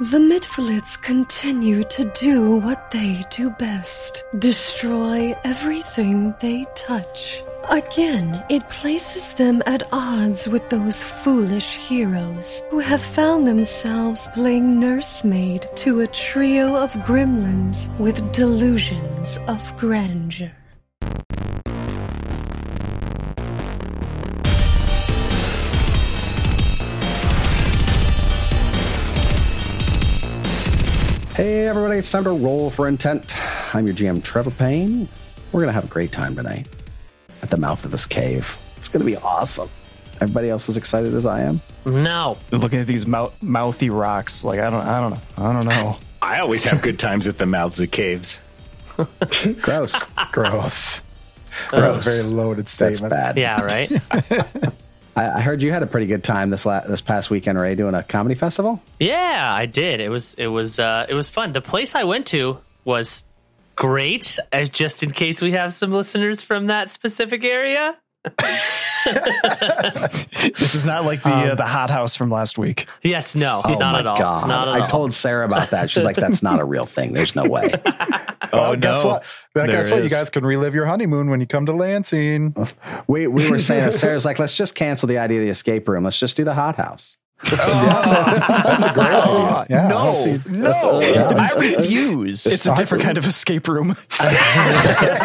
The Midflits continue to do what they do best destroy everything they touch. Again, it places them at odds with those foolish heroes who have found themselves playing nursemaid to a trio of gremlins with delusions of grandeur. Hey, everybody, it's time to roll for intent. I'm your GM, Trevor Payne. We're going to have a great time tonight at the mouth of this cave. It's going to be awesome. Everybody else as excited as I am? No. looking at these mou- mouthy rocks. Like I don't, I don't know, I don't know. I always have good times at the mouths of caves. Gross. Gross. Gross. That's a very loaded That's statement. bad. Yeah, right? I, I heard you had a pretty good time this la- this past weekend, Ray, doing a comedy festival. yeah, I did. It was it was uh it was fun. The place I went to was great. Uh, just in case we have some listeners from that specific area. This is not like the uh, the hot house from last week. Um, Yes, no, Oh not my at all. god! Not at I all. told Sarah about that. She's like, "That's not a real thing. There's no way." Oh, guess no. what? Well, There guess it what? You is. guys can relive your honeymoon when you come to Lansing. We we were saying that Sarah's like, "Let's just cancel the idea of the escape room. Let's just do the hot house." That's a great idea. Yeah, no, honestly. no, Yeah, I it's- refuse. It's a different kind of escape room. yeah,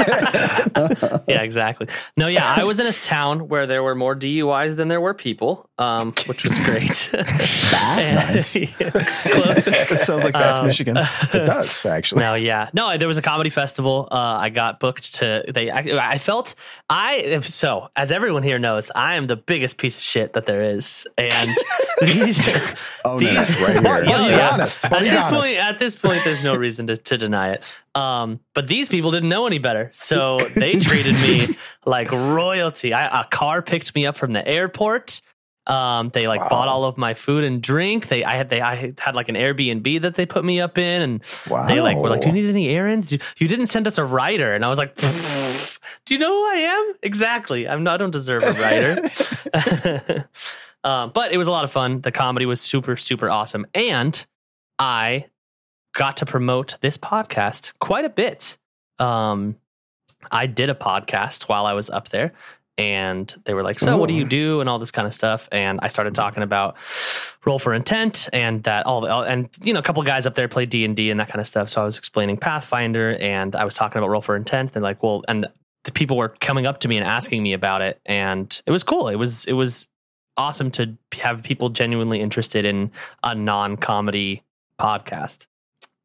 exactly. No, yeah, I was in a town where there were more DUIs than there were people, um, which was great. Close. it sounds like Bath, Michigan. It does, actually. Um, No, yeah, no. There was a comedy festival. Uh, I got booked to. They. I, I felt. I if so as everyone here knows, I am the biggest piece of shit that there is, and these. Oh no, right Well, here. yeah. he's honest. At Well, he's this honest. point, at this point, there's no reason to, to deny it. Um, but these people didn't know any better, so they treated me like royalty. I, a car picked me up from the airport. Um, they like bought all of my food and drink. They, I had, they, I had like an Airbnb that they put me up in, and they like were like, "Do you need any errands? Do, you didn't send us a writer." And I was like, "Pfft, "Do you know who I am? Exactly. I'm not. I don't deserve a writer." um, but it was a lot of fun. The comedy was super, super awesome, and I got to promote this podcast quite a bit. Um, I did a podcast while I was up there, and they were like, "So, what do you do?" and all this kind of stuff. And I started talking about roll for intent and that all the all- and you know a couple guys up there play D and D and that kind of stuff. So I was explaining Pathfinder, and I was talking about roll for intent. They're like, "Well," and the people were coming up to me and asking me about it, and it was cool. It was it was awesome to have people genuinely interested in a non comedy podcast.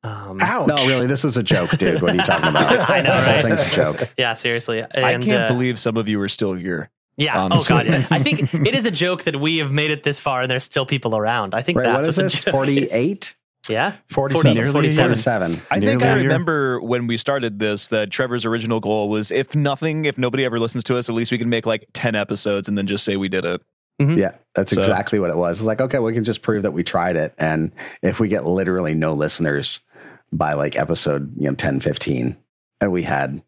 Um, Ouch. No, really, this is a joke, dude. What are you talking about? I know, The whole right? thing's a joke. yeah, seriously. I And, can't uh, believe some of you are still here. Yeah. Um, honestly. Oh god. yeah. I think it is a joke that we have made it this far and there's still people around. I think Right? that's What is what the this? joke is. Forty-eight? Yeah. 47. Nearly. 47. Forty-seven? I think Nearly I a year. remember when we started this that Trevor's original goal was if nothing, if nobody ever listens to us, at least we can make like 10 episodes and then just say we did it. Mm-hmm. Yeah, that's So- exactly what it was. It's like, okay, we can just prove that we tried it. And if we get literally no listeners by like episode, you know, 10, 15, and we had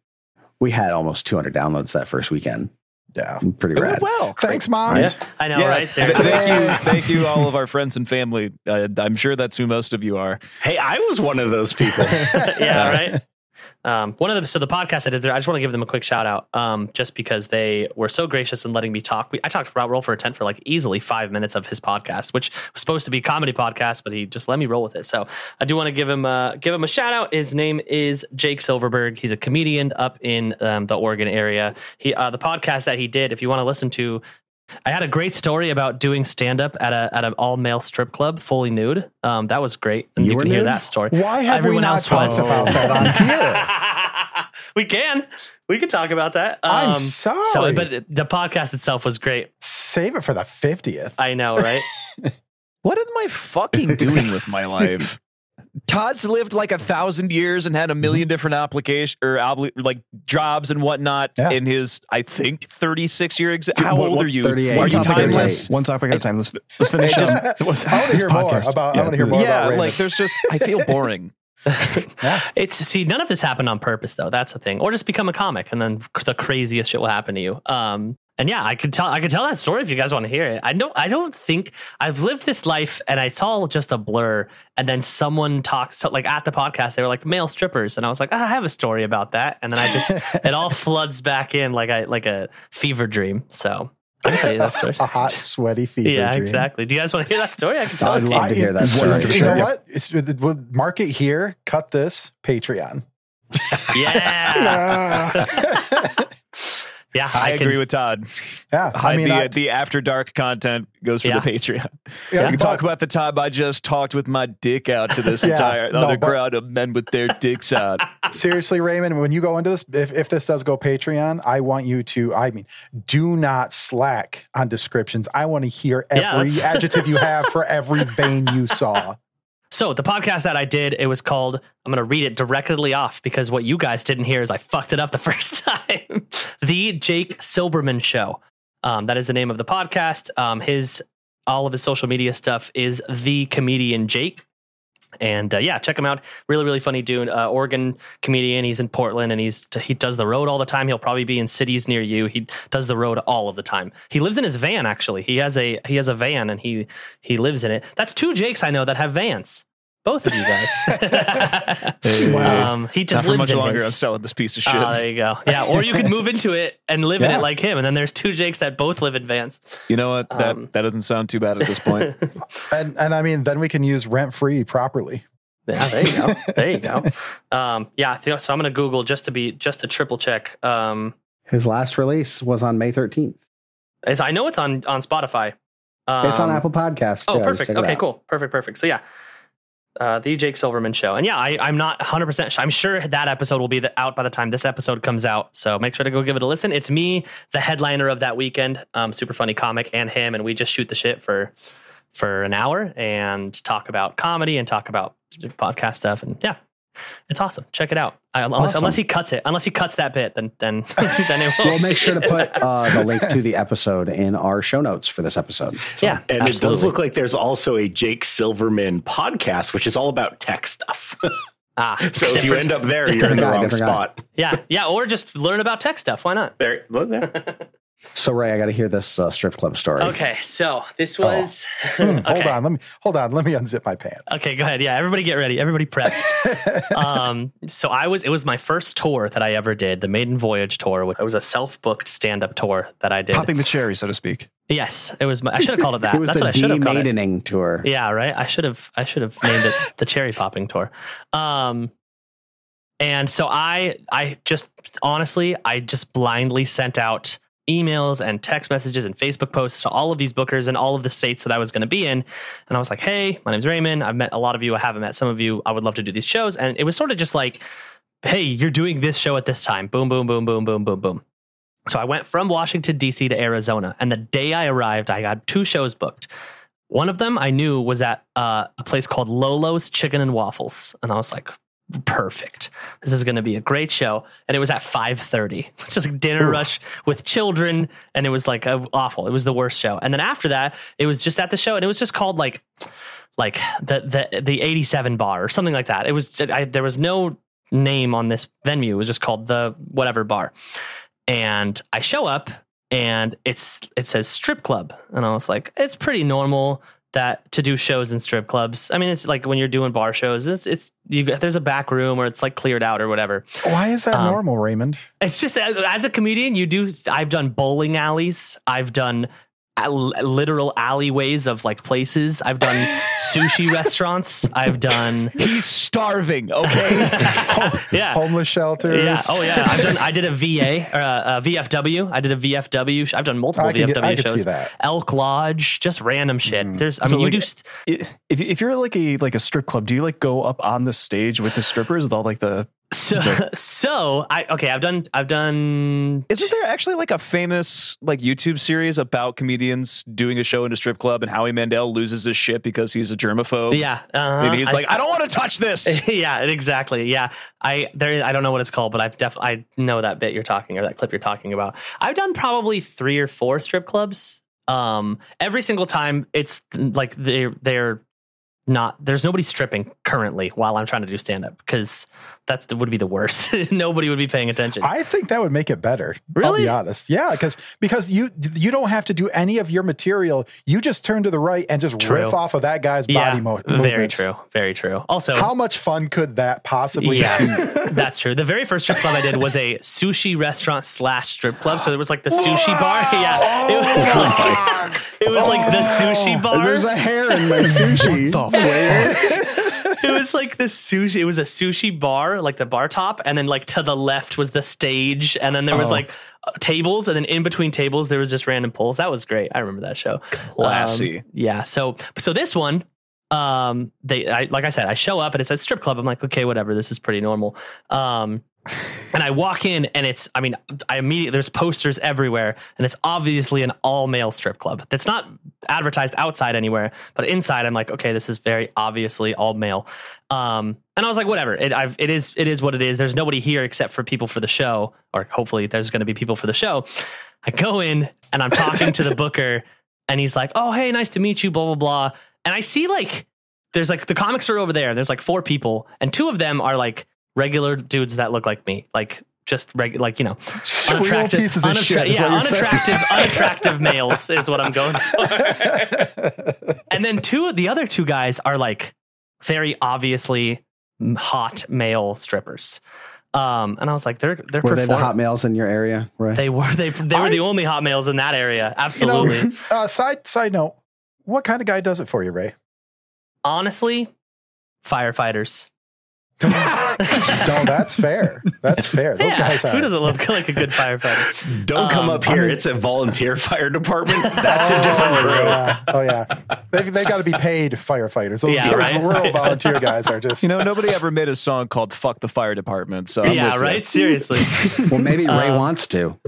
we had almost 200 downloads that first weekend. Yeah. Pretty It went rad. well. Thanks, moms. I know, Yeah. Th- right? Seriously. Thank you. Thank you, all of our friends and family. Uh, I'm sure that's who most of you are. Hey, I was one of those people. yeah, right. Um, one of the so the podcast I did there, I just want to give them a quick shout out, um, just because they were so gracious in letting me talk. We, I talked about roll for intent for like easily five minutes of his podcast, which was supposed to be a comedy podcast, but he just let me roll with it. So I do want to give him a, give him a shout out. His name is Jake Silverberg. He's a comedian up in um, the Oregon area. He uh, the podcast that he did, if you want to listen to. I had a great story about doing stand up at a at an all male strip club, fully nude. Um, that was great, and You you, were can hear nude? that story. Why have Everyone we not else talked was. about that on here? we can. We can talk about that. I'm Um, sorry. so, but the podcast itself was great. Save it for the 50th. I know, right? What am I fucking doing with my life? Todd's lived like a thousand years and had a million different application or obli- like jobs and whatnot Yeah. in his, I think, 36 year. Exa- How what- old what- are you? 38. Are One you topic at a time. timeless? One topic at a time. Let's, let's finish um, It just- up. I want to this hear more podcast. about. Yeah, I want to hear more yeah, about. Raymond. like there's just I feel boring. It's see, none of this happened on purpose, though. That's the thing. Or just become a comic, and then the craziest shit will happen to you. Um, and yeah, I could tell I could tell that story if you guys want to hear it. I don't I don't think I've lived this life and I saw just a blur and then someone talked so like at the podcast they were like male strippers and I was like "Ah, I have a story about that and then I just it all floods back in like I like a fever dream. So I can tell you that story. a hot, sweaty fever. yeah, dream. exactly. Do you guys want to hear that story? I can tell I'd it to love you. to hear that story. 100%. You know Yeah. what? It's, we'll mark it here. Cut this Patreon. Yeah, yeah. I, can- agree with Todd. Yeah, I mean, the, I- the after dark content goes for Yeah. the Patreon. yeah, We can but- talk about the time I just talked with my dick out to this Yeah, entire no, other but- crowd of men with their dicks out. seriously, Raymond, when you go into this, if, if this does go Patreon, I want you to, I mean, do not slack on descriptions. I want to hear Yeah, every that's- adjective you have for every vein you saw. So the podcast that I did, it was called. I'm going to read it directly off because what you guys didn't hear is I fucked it up the first time. the Jake Silberman Show. Um, that is the name of the podcast. Um, his all of his social media stuff is the comedian Jake. And uh, yeah, check him out. Really, really funny dude. Uh, Oregon comedian. He's in Portland and he's he does the road all the time. He'll probably be in cities near you. He does the road all of the time. He lives in his van actually. He has a he has a van and he he lives in it. That's two Jakes I know that have vans. Both of you guys. um, he Not just for lives much in longer. his. I'm selling this piece of shit. Ah, there you go. Yeah, or you could move into it and live in Yeah. it like him, and then there's two Jakes that both live in vans. you know what? That um, that doesn't sound too bad at this point. And, and I mean, then we can use rent free properly. Yeah, there you go. There you go. Um, yeah, I think- so I'm gonna Google just to be just to triple check. Um, His last release was on May 13th. it's, I know it's on on Spotify. Um, It's on Apple Podcasts. Oh, too. I just perfect. checked it Okay, out. cool. Perfect, perfect. So yeah, uh, the Jake Silverman show, and yeah, I, I'm not 100. percent sure. I'm sure that episode will be the, out by the time this episode comes out. So make sure to go give it a listen. It's me, the headliner of that weekend, um, super funny comic, and him, and we just shoot the shit for for an hour and talk about comedy and talk about podcast stuff, and yeah. It's awesome. Check it out. I, unless, Awesome. unless he cuts it, unless he cuts that bit, then then then it will. We'll make sure to put uh, the link to the episode in our show notes for this episode. So yeah, And it does absolutely. look like there's also a Jake Silverman podcast, which is all about tech stuff. ah, so if you different. end up there, you're in Different the guy, wrong different guy. spot. yeah, yeah, or just learn about tech stuff. Why not? There, look there. So Ray, I got to hear this uh, strip club story. Okay, so this Oh. was. Hmm, okay. Hold on, let me hold on, let me unzip my pants. Okay, go ahead. Yeah, everybody get ready. Everybody prep. um, so I was. It was my first tour that I ever did, the Maiden Voyage tour. It was a self-booked stand-up tour that I did. Popping the cherry, so to speak. Yes, it was. My, I should have called it that. It was That's what I the should D have called it. Maidening tour. Yeah, right. I should have I should have named it the cherry popping tour. Um and so I I just honestly I just blindly sent out emails and text messages and Facebook posts to all of these bookers and all of the states that I was going to be in. And I was like, "Hey, my name's Raymond. I've met a lot of you. I haven't met some of you. I would love to do these shows." And it was sort of just like, "Hey, you're doing this show at this time. Boom, boom, boom, boom, boom, boom, boom." So I went from Washington D.C. to Arizona, and the day I arrived, I got two shows booked. One of them I knew was at uh, a place called Lolo's Chicken and Waffles, and I was like, "Perfect! This is going to be a great show." And it was at five thirty, which is like dinner rush with children, and it was like uh, awful. It was the worst show. And then after that, it was just at the show, and it was just called like, like the the the eighty seven bar or something like that. It was I, there was no name on this venue. It was just called the whatever bar and I show up and it's it says strip club and I was like it's pretty normal that to do shows in strip clubs. I mean it's like when you're doing bar shows it's it's you get- there's a back room or it's like cleared out or whatever. Why is that Um, normal, Raymond? It's just as as a comedian you do I've done bowling alleys, I've done al- literal alleyways of like places. I've done sushi restaurants. I've done He's starving. Okay, yeah. Homeless shelters. Yeah. Oh, yeah. I've done, I did a VA, or uh, a, a VFW. I did a VFW. sh- I've done multiple I can VFW get- I can shows. see that. Mm. Elk Lodge, just random shit. There's, I So, mean, you like- do. St- I- If, if you're like a like a strip club, do you like go up on the stage with the strippers with all like the so, so I okay. I've done. I've done. isn't there actually like a famous like YouTube series about comedians doing a show in a strip club and Howie Mandel loses his shit because he's a germaphobe? Yeah. Uh, and he's like, I don't want to touch this. yeah, exactly. Yeah, I there. I don't know what it's called, but I've def. I know that bit you're talking or that clip you're talking about. I've done probably three or four strip clubs. Um, every single time it's like they're they're not there's nobody stripping currently while I'm trying to do stand up because that would be the worst. nobody would be paying attention. I think that would make it better. I'll Really? be honest. Yeah, because because you you don't have to do any of your material. You just turn to the right and just True. riff off of that guy's body mo- very movements. true, very true. Also, How much fun could that possibly be? yeah, that's true. The very first strip club I did was a sushi restaurant slash strip club. So there was like the sushi bar. Yeah, it was like, it Oh. was like the sushi bar. There's a hair in my sushi. it was like the sushi. It was a sushi bar, like the bar top, and then like to the left was the stage, and then there was like uh, tables, and then in between tables there was just random poles. That was great. I remember that show. Classy. Um, yeah. So so this one, um, they I, like I said, I show up and it's a strip club. I'm like, okay, whatever. This is pretty normal. Um, and I walk in and it's I mean I immediately there's posters everywhere and it's obviously an all male strip club that's not advertised outside anywhere but inside I'm like okay this is very obviously all male um, and I was like whatever it I've, it is it is what it is there's nobody here except for people for the show or hopefully there's going to be people for the show I go in and I'm talking to the booker and he's like oh hey nice to meet you blah blah blah and I see like there's like the comics are over there. There's like four people, and two of them are like regular dudes that look like me, like just reg, like you know, unattractive, pieces of unattra- shit is yeah, what you're saying. unattractive, unattractive males is what I'm going for. and then two of the other two guys are like very obviously hot male strippers. Um, and I was like, they're they're Were they the perform- hot males in your area? Right. They were they they were I- the only hot males in that area. You know, Absolutely. uh, side side note, what kind of guy does it for you, Ray? Honestly, firefighters. no, that's fair. That's fair. Those Yeah, guys Who are. doesn't look like a good firefighter? Don't come Um, up here. it's a volunteer fire department. That's a different Oh crew. yeah, oh yeah, they they got to be paid firefighters. Those, Yeah, those right. rural volunteer guys are just You know, nobody ever made a song called "Fuck the Fire Department." So I'm yeah, with right. Seriously, Uh, well, maybe Ray wants to. You.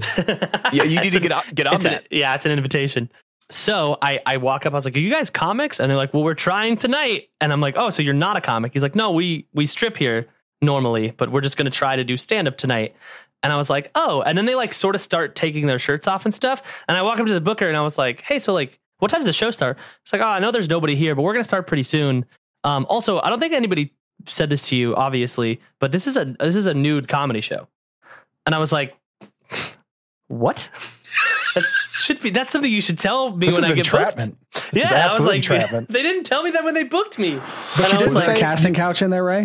Yeah, you need to get on, get on it's an, that. yeah, it's an invitation. So I I walk up. I was like, "Are you guys comics?" And they're like, "Well, we're trying tonight." And I'm like, "Oh, so you're not a comic?" He's like, "No, we we strip here normally, but we're just gonna try to do stand up tonight." And I was like, "Oh," and then they like sort of start taking their shirts off and stuff. And I walk up to the booker and I was like, "Hey, so like, what time does the show start?" It's like, "Oh, I know there's nobody here, but we're gonna start pretty soon." Um, also, I don't think anybody said this to you, obviously, but this is a this is a nude comedy show. And I was like, "What?" That should be that's something you should tell me this when is I get entrapment. booked. This is yeah, I was absolute like, entrapment. they didn't tell me that when they booked me. But you I was did Was like- there a say casting couch in there, Ray?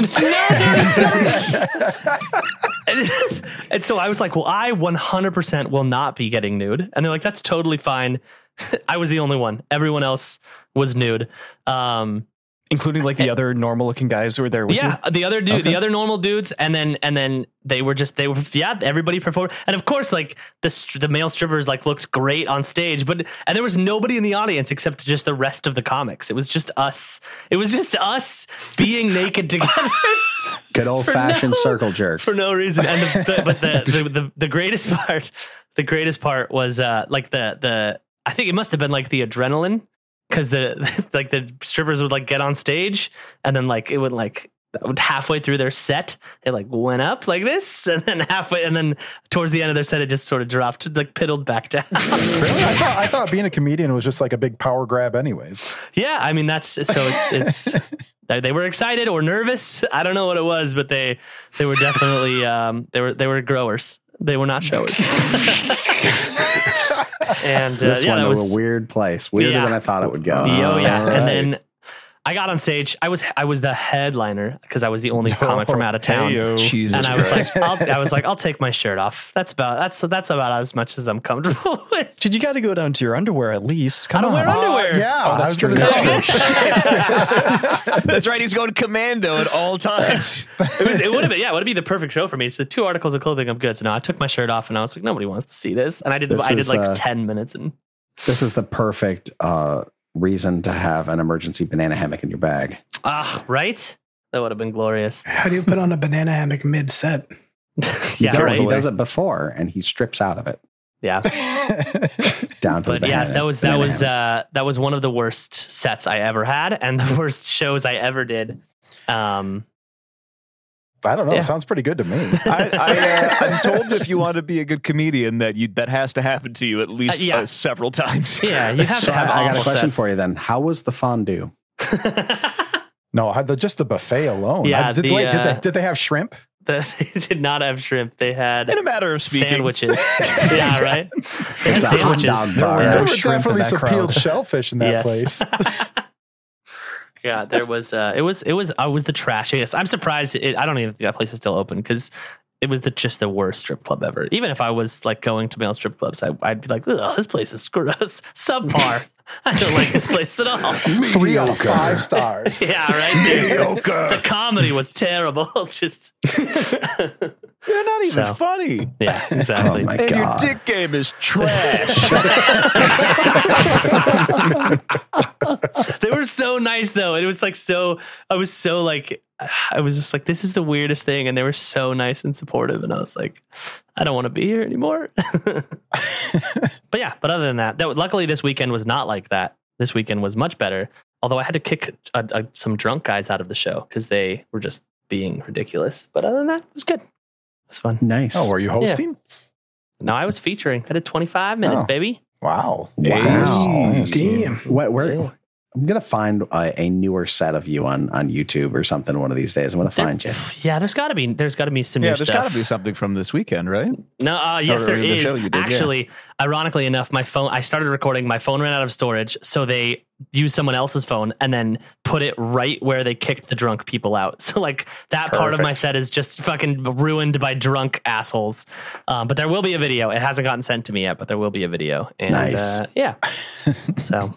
And, and so I was like, well, I 100% will not be getting nude. And they're like, that's totally fine. I was the only one. Everyone else was nude. Um, including like the other normal looking guys who were there with yeah, the other dude, the other normal dudes, and then and then they were just they were yeah, everybody performed, and of course like the str- the male strippers like looked great on stage, but and there was nobody in the audience except just the rest of the comics. It was just us. It was just us being naked together. Good old fashioned now. circle jerk. for no reason. And the, the, but the, the, the the greatest part, the greatest part was uh like the the I think it must have been like the adrenaline because the like the strippers would like get on stage and then like it would like halfway through their set it like went up like this and then halfway and then towards the end of their set it just sort of dropped like piddled back down Really? I thought I thought being a comedian was just like a big power grab, anyways. yeah i mean that's so it's it's they they were excited or nervous i don't know what it was but they they were definitely um they were they were growers they were not showers and uh, This yeah one that was, a was weird place. Weirder Yeah. than I thought it would go. yeah, oh yeah and All right. then i got on stage i was i was the headliner because i was the only comic from out of you. town Heyo. Jesus and I was Christ. like, I'll, I was like, I'll take my shirt off. That's about that's that's about as much as I'm comfortable with. Dude, you got to go down to your underwear at least. Come I don't on. wear underwear. Uh, yeah, Oh, that's I was true. gonna That's say. true. That's right. He's going commando at all times. it, was, it would have been yeah, it would have been the perfect show for me. So two articles of clothing, I'm good. So now I took my shirt off and I was like, nobody wants to see this. And I did This I did is, like uh, ten minutes and This is the perfect uh, reason to have an emergency banana hammock in your bag. ah, right? That would have been glorious. How do you put on a banana hammock mid set? You Yeah, don't. He right. does it before and he strips out of it Yeah. down to the But yeah, banana- that was that banana was hammock. uh that was one of the worst sets I ever had and the worst shows I ever did. Um I don't know. Yeah. It sounds pretty good to me. I, I, uh, I'm told if you want to be a good comedian, that you that has to happen to you at least yeah. uh, several times. yeah, you have to have I got a awful question sets. for you then. How was the fondue? No, I- the, just the buffet alone. Yeah, I- did, the, wait, did, uh, they, did they have shrimp? The, they did not have shrimp. They had In a matter of speaking, sandwiches. yeah, right. They had It's a hot dog bar. there no were shrimp in definitely that some crowd. peeled shellfish in that Yes. uh, place. yeah, there was. Uh, it was. It was. I was the trashiest. I'm surprised. It, I don't even think that place is still open because it was the just the worst strip club ever. Even if I was like going to male strip clubs, I, I'd be like, oh, this place is gross, subpar. I don't like this place at all. Three out of five stars. Yeah, right. Seriously. the comedy was terrible. just they're not even So. funny. yeah, exactly. Oh my And god! your dick game is trash. they were so nice though. It was like so I was so like I was just like this is the weirdest thing and they were so nice and supportive and I was like I don't want to be here anymore. but yeah, but other than that, that luckily this weekend was not like that. This weekend was much better. Although I had to kick uh uh some drunk guys out of the show cuz they were just being ridiculous. But other than that, it was good. It was fun. nice. Oh, were you hosting? No, I was featuring. I did 25 minutes, Oh. baby. Wow. Wow. Damn. What, where, Yeah. I'm gonna find a, a newer set of you on on YouTube or something one of these days. I'm gonna There- find you. Yeah, there's got to be there's got to be some yeah, new there's stuff. got to be something from this weekend, right? No, uh, yes, or there the is. show you did, yeah. Actually, ironically enough, my phone, I started recording, my phone ran out of storage. So they used someone else's phone and then put it right where they kicked the drunk people out. So, like, that part of my Perfect. set is just fucking ruined by drunk assholes. Um, but there will be a video. It hasn't gotten sent to me yet, but there will be a video. And Nice. uh, yeah. so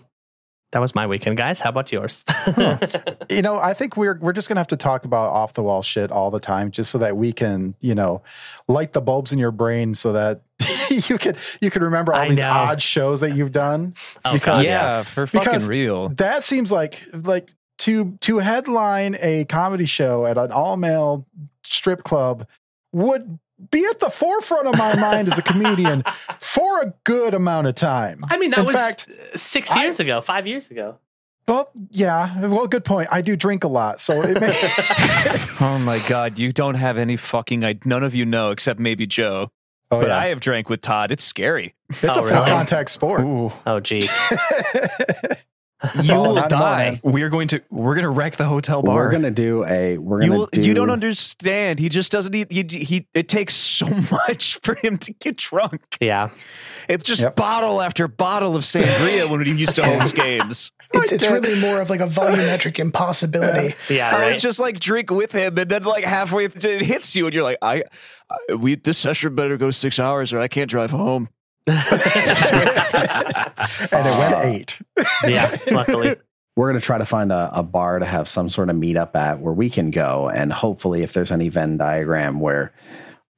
that was my weekend, guys. How about yours? you know, I think we're we're just gonna have to talk about off the wall shit all the time, just so that we can, you know, light the bulbs in your brain, so that you could you could remember all I these know. odd shows that you've done. Oh, God. Because- yeah, for fucking Because- real. That seems like like to to headline a comedy show at an all male strip club would be at the forefront of my mind as a comedian for a good amount of time. I mean, that In was fact, six I- years ago, five years ago. well, yeah, well, good point. I do drink a lot, so it may. Oh my god, you don't have any fucking. I, none of you know except maybe Joe. Oh, but yeah. I have drank with Todd. It's scary. it's a Oh, full really? contact sport. Ooh, Oh, geez. You Oh, will not in one, die. man. we are going to we're gonna wreck the hotel bar. We're gonna do a. We're gonna You will, do. you don't understand. He just doesn't eat. He, he it takes so much for him to get drunk. yeah. It's just Yep. bottle after bottle of sangria when we used to host games. It's, it's really more of like a volumetric impossibility. Yeah. I Right. would just like drink with him, and then like halfway th- it hits you, and you're like, I, I we this session better go six hours, or I can't drive home. and it went eight. yeah. Luckily. We're gonna try to find a, a bar to have some sort of meetup at where we can go, and hopefully, if there's any Venn diagram where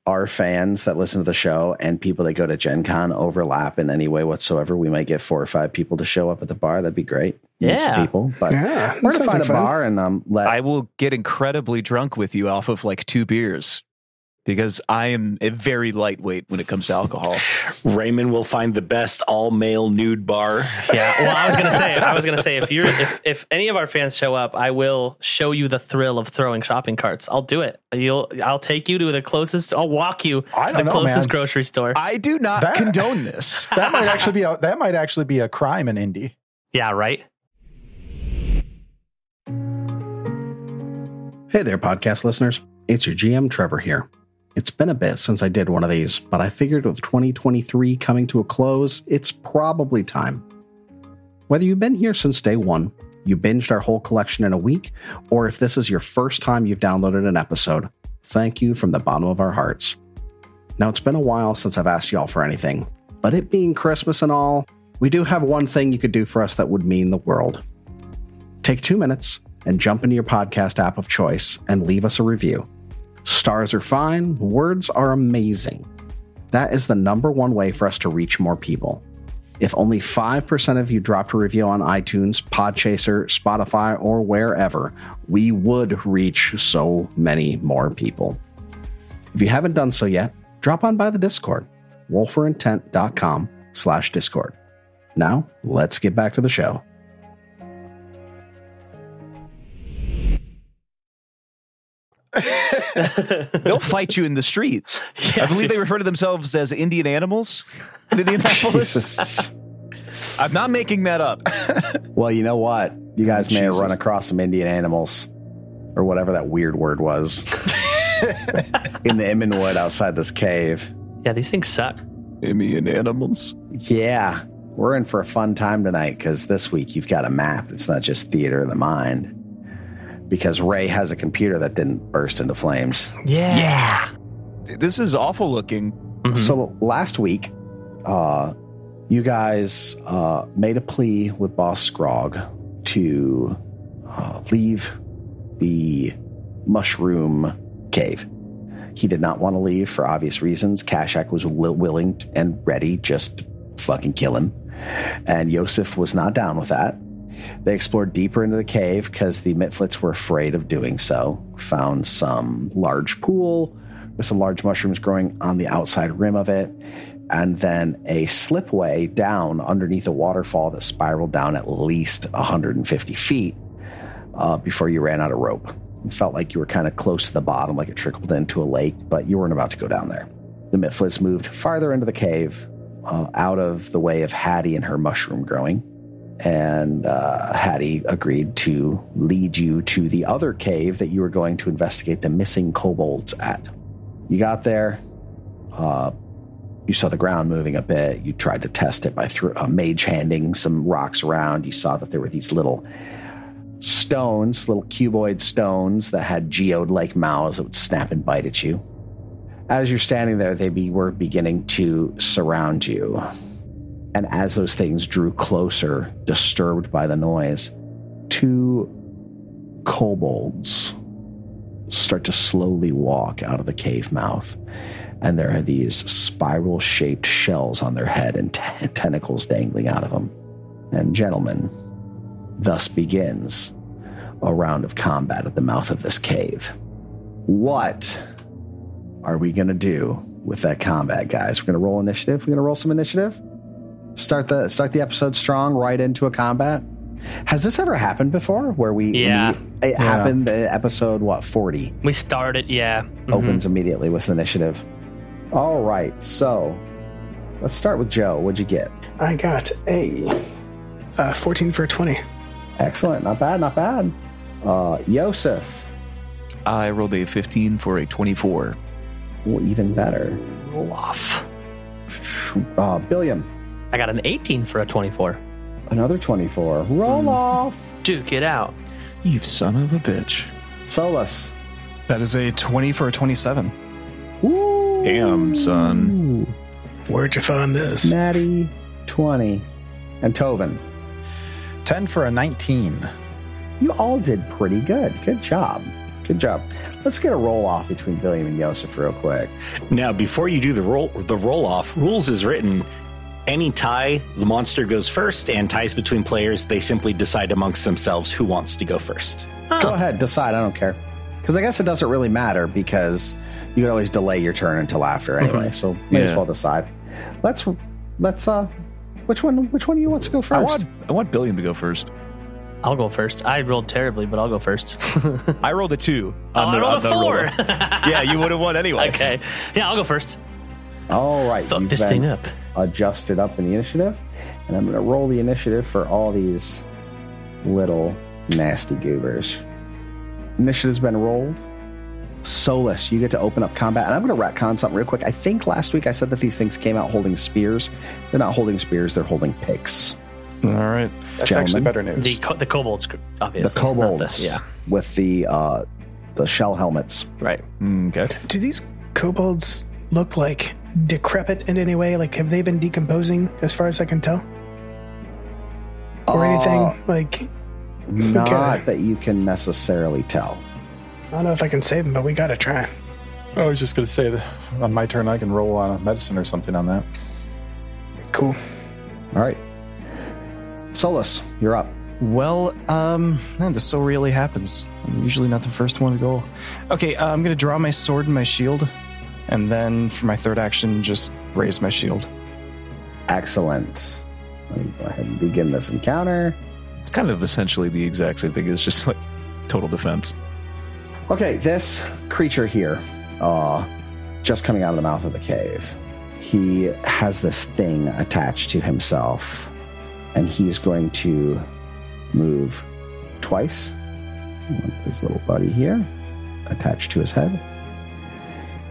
our fans that listen to the show and people that go to Gen Con overlap in any way whatsoever, we might get four or five people to show up at the bar. That'd be great. Meet some Yeah. people, but Yeah, that we're gonna sounds find like a fun. bar and um let I will get incredibly drunk with you off of like two beers, because I am a very lightweight when it comes to alcohol. Raymond will find the best all male nude bar. Yeah. Well, I was gonna say, I was gonna say, if you're, if, if any of our fans show up, I will show you the thrill of throwing shopping carts. I'll do it. You'll, I'll take you to the closest. I'll walk you I to the don't know, closest man. grocery store. I do not That- condone this. That might actually be a that might actually be a crime in Indy. yeah. Right. Hey there, podcast listeners. It's your GM, Trevor, here. It's been a bit since I did one of these, but I figured with 2023 coming to a close, it's probably time. Whether you've been here since day one, you binged our whole collection in a week, or if this is your first time you've downloaded an episode, thank you from the bottom of our hearts. Now, it's been a while since I've asked y'all for anything, but it being Christmas and all, we do have one thing you could do for us that would mean the world take two minutes and jump into your podcast app of choice and leave us a review. Stars are fine, words are amazing. That is the number one way for us to reach more people. If only 5% of you dropped a review on iTunes, Podchaser, Spotify, or wherever, we would reach so many more people. If you haven't done so yet, drop on by the Discord, wolferintent.com slash Discord. Now, let's get back to the show. They'll fight you in the street. I believe they refer to themselves as Indian animals in Indianapolis. I'm not making that up. Well, you know what? you guys may have run Jesus. across some Indian animals or whatever that weird word was in the Immenwood outside this cave. Yeah, these things suck. Imian animals. Yeah, we're in for a fun time tonight because this week you've got a map. It's not just theater of the mind because Ray has a computer that didn't burst into flames. Yeah. Yeah. This is awful looking. So last week, uh, you guys uh, made a plea with Boss Scrog to uh, leave the mushroom cave. He did not want to leave for obvious reasons. Kashak was li- willing t- and ready just to fucking kill him. And Yosef was not down with that. They explored deeper into the cave because the Mitflits were afraid of doing so. Found some large pool with some large mushrooms growing on the outside rim of it, and then a slipway down underneath a waterfall that spiraled down at least 150 feet uh, before you ran out of rope. It felt like you were kind of close to the bottom, like it trickled into a lake, but you weren't about to go down there. The Mitflits moved farther into the cave, uh, out of the way of Hattie and her mushroom growing and uh, Hattie agreed to lead you to the other cave that you were going to investigate the missing kobolds at. You got there. Uh, you saw the ground moving a bit. You tried to test it by thro- uh, mage handing some rocks around. You saw that there were these little stones, little cuboid stones that had geode like mouths that would snap and bite at you. As you're standing there, they be, were beginning to surround you. And as those things drew closer, disturbed by the noise, two kobolds start to slowly walk out of the cave mouth. And there are these spiral shaped shells on their head and te- tentacles dangling out of them. And, gentlemen, thus begins a round of combat at the mouth of this cave. What are we going to do with that combat, guys? We're going to roll initiative. We're going to roll some initiative start the start the episode strong right into a combat has this ever happened before where we Yeah. immedi- it happened at episode what 40 We started. Yeah. Mhm. opens immediately with initiative all right so let's start with joe what'd you get I got a uh, 14 for a 20. excellent not bad not bad uh joseph I rolled a 15 for a 24. well, even better Roll off. uh billiam I got an 18 for a 24. another 24 roll off Duke it out. You son of a bitch. solus That is a 20 for a 27. Woo. Damn, son. Where'd you find this? natty 20 and tovin 10 for a 19. You all did pretty good. Good job. Good job. Let's get a roll off between Billiam and Yosef real quick. Now, before you do the roll, the roll off rules is written. Any tie, the monster goes first, and ties between players, they simply decide amongst themselves who wants to go first. Go ahead, decide. I don't care. Because I guess it doesn't really matter because you can always delay your turn until after anyway. So may as Yeah. well decide. Let's let's uh, which one which one do you want to go first? I want I want Billiam to go first. I'll go first. I rolled terribly, but I'll go first. I rolled a two. Oh, I rolled a the roll. four. yeah, you would have won anyway. okay. Yeah, I'll go first. all right, Fuck you've this been thing up. Adjusted up in the initiative, and I'm going to roll the initiative for all these little nasty goobers. Initiative's been rolled. Solus, you get to open up combat. And I'm going to retcon something real quick. I think last week I said that these things came out holding spears. They're not holding spears, they're holding picks. All right. That's Gentlemen. actually better news. The co- the kobolds, The obviously. not kobolds the- yeah. with the uh, the shell helmets. Right. Mm, Okay. Do these kobolds look like decrepit in any way? Like, have they been decomposing as far as I can tell? Or anything? Like, Not Okay. that you can necessarily tell. I don't know if I can save them, but we gotta try. I was just going to say that on my turn, I can roll on a medicine or something on that. Cool. All right. Solus, you're up. Well, um, man, this so rarely happens. I'm usually not the first one to go. Okay, uh, I'm going to draw my sword and my shield, and then for my third action, just raise my shield. Excellent. Let me go ahead and begin this encounter. It's kind of essentially the exact same thing. It's just like total defense. Okay, this creature here, uh, just coming out of the mouth of the cave, he has this thing attached to himself, and he is going to move twice. Like this little buddy here, attached to his head.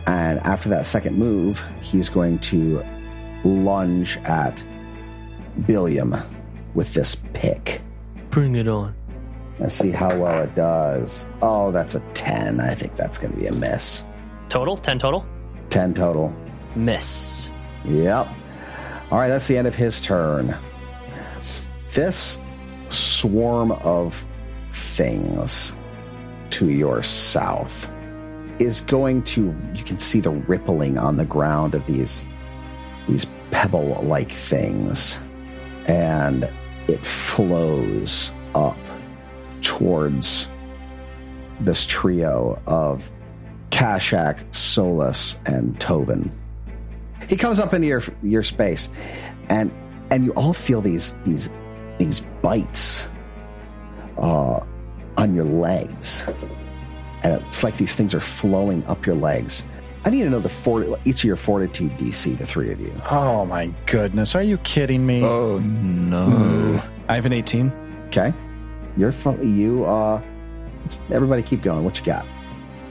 And after that second move, he's going to lunge at Billiam with this pick. Bring it on. Let's see how well it does. Oh, that's a 10. I think that's going to be a miss. Total? 10 total? 10 total. Miss. Yep. All right, that's the end of his turn. This swarm of things to your south is going to you can see the rippling on the ground of these these pebble like things and it flows up towards this trio of Kashak, Solus, and Tobin. He comes up into your your space, and and you all feel these these these bites uh, on your legs, and it's like these things are flowing up your legs. I need to know the forti- each of your fortitude DC, the three of you. Oh my goodness. Are you kidding me? Oh no! I have an 18. Okay, you're fu- you. Uh, everybody, keep going. What you got?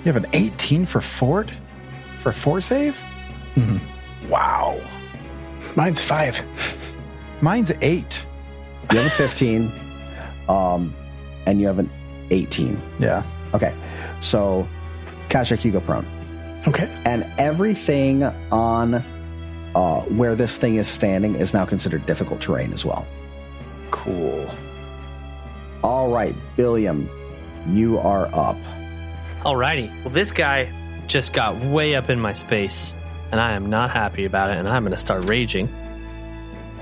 You have an 18 for fort? For four save? Mhm. Wow. Mine's five. Mine's eight. You have a 15, um, and you have an 18. Yeah. Okay, so Kashak, you go prone. Okay. and everything on uh, where this thing is standing is now considered difficult terrain as well. Cool. All right, Billiam, you are up. Alrighty. Well, this guy just got way up in my space, and I am not happy about it, and I'm going to start raging.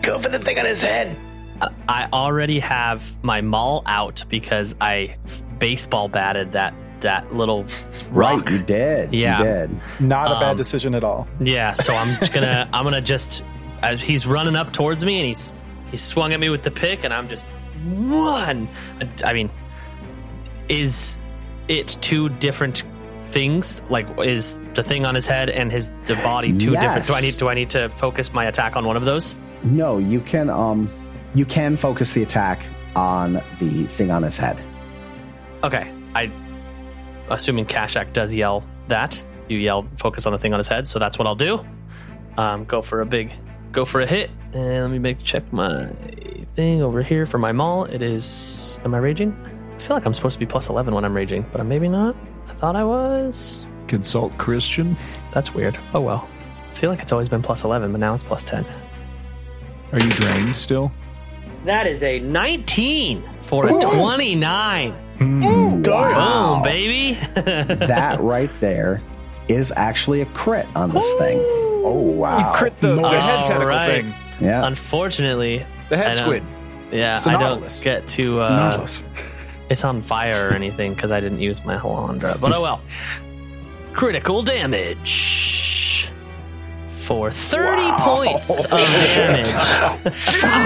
Go for the thing on his head. I- I already have my maul out because I baseball batted that that little rock. Right, you did. Yeah. you did. Not a Um, bad decision at all. Yeah, so I'm just gonna I'm gonna just uh, he's running up towards me and he's he swung at me with the pick and I'm just one. I, I mean, is it two different things? Like, is the thing on his head and his the body two different? Do I need Yes. do I need to focus my attack on one of those? No, you can um, you can focus the attack on the thing on his head. Okay, I assuming Kashak does yell that you yell focus on the thing on his head, so that's what I'll do. Um, go for a big, go for a hit, and Uh, let me make check my thing over here for my maul. It is. Am I raging? I feel like I'm supposed to be plus eleven when I'm raging, but I'm maybe not. I thought I was. Consult Christian. That's weird. Oh well. I feel like it's always been plus eleven, but now it's plus ten. Are you drained still? That is a nineteen for a twenty-nine. Darn. Boom, baby. that right there is actually a crit on this thing. Oh, wow. Crit the, the head All tentacle right. thing. Yeah, Unfortunately, The I head don't- squid. Yeah, a I don't Nautilus. get to. Uh, It's on fire or anything because I didn't use my Halandra. But oh well. Critical damage for 30 points of damage.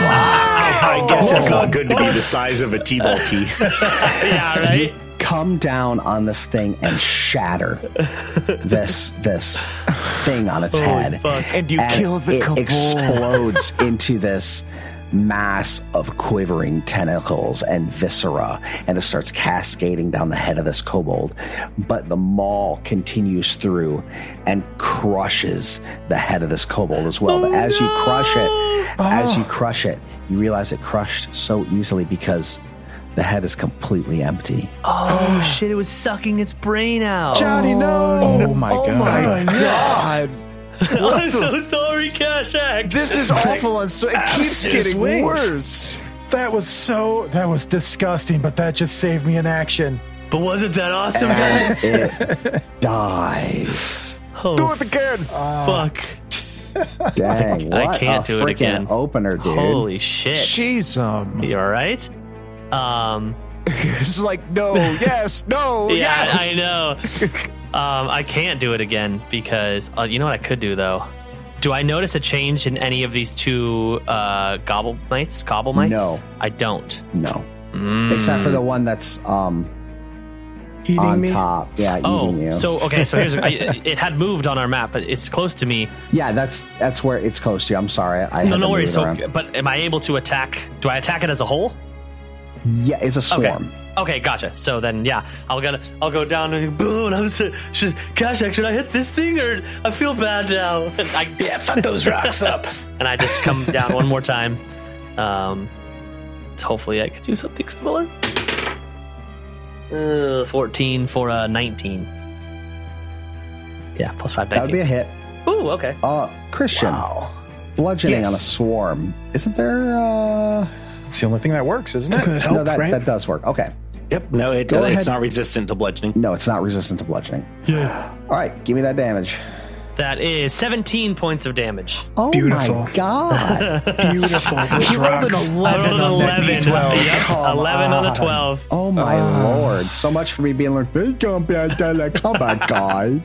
I guess it's not good to be the size of a T-ball tee. yeah, right? come down on this thing and shatter this this thing on its head. And you and kill the it cabal. explodes into this mass of quivering tentacles and viscera and it starts cascading down the head of this kobold but the maul continues through and crushes the head of this kobold as well Oh, but as you crush it as you Ah. crush it you realize it crushed so easily because the head is completely empty Oh, shit, it was sucking its brain out. Johnny, no. Oh my god. God. I'm so sorry, Kashak. This is awful. And so it keeps getting worse. That was so, that was disgusting, but that just saved me an action. But wasn't that awesome, guys? and it dies Oh, it again. fuck. Dang, I what can't a do it freaking again. Opener, dude. Holy shit. Jeez, um, You alright? Um, it's like no, yes, no, yeah, yes. I know. um, I can't do it again because uh, you know what I could do though. Do I notice a change in any of these two uh, gobble mites? Gobble mites? No. I don't. No, Mm. except for the one that's um Eating on me. top. Yeah, eating Oh, you. so okay. So here's a, I, it had moved on our map, but it's close to me. yeah, that's that's where it's close to. you. I'm sorry. I had No, to no move worries. it So, around. but am I able to attack? Do I attack it as a whole? yeah, it's a Okay. swarm. Okay, gotcha. So then, yeah, I'll gonna I'll go down and boom. I'm so, should cash action. I hit this thing, or I feel bad now. And I, Yeah, fuck those rocks up. and I just come down one more time. Um, so hopefully I could do something similar. Uh, 14 for uh, 19. Yeah, plus 5, That would be a 19. hit. Ooh, okay. Uh, Christian, bludgeoning on a swarm. Isn't there? Uh, It's the only thing that works, isn't it? Doesn't it help, no, that, right? that does work. Okay. Yep. No, it, Go uh, ahead. it's not resistant to bludgeoning. No, it's not resistant to bludgeoning. Yeah. All right, give me that damage. That is 17 points of damage. Oh Beautiful. my god! Beautiful. Those rocks. I rolled an 11. Yep, Come 11 on a on. 12. Oh my lord! So much for me being like, "This gonna be a tele- come on, guys.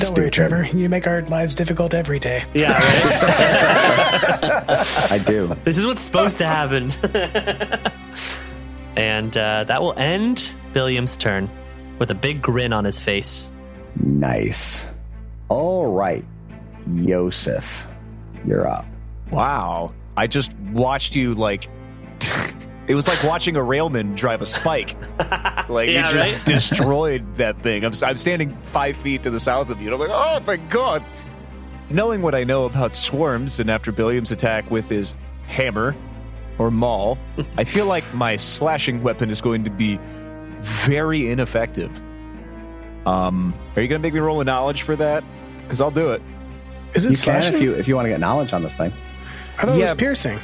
Don't worry, Trevor. You make our lives difficult every day. Yeah, right? I do. This is what's supposed to happen. and uh, that will end Billiam's turn with a big grin on his face. Nice. All right, Yosef, you're up. Wow. I just watched you like it was like watching a railman drive a spike. Like Yeah, you just right? destroyed that thing. I'm, I'm standing five feet to the south of you. And I'm like, oh my god. Knowing what I know about swarms, and after Billiam's attack with his hammer or maul, I feel like my slashing weapon is going to be very ineffective. Um, are you going to make me roll a knowledge for that? Because I'll do it. Is it You can slashing? if you if you want to get knowledge on this thing. I thought it was Yeah. Oh, piercing.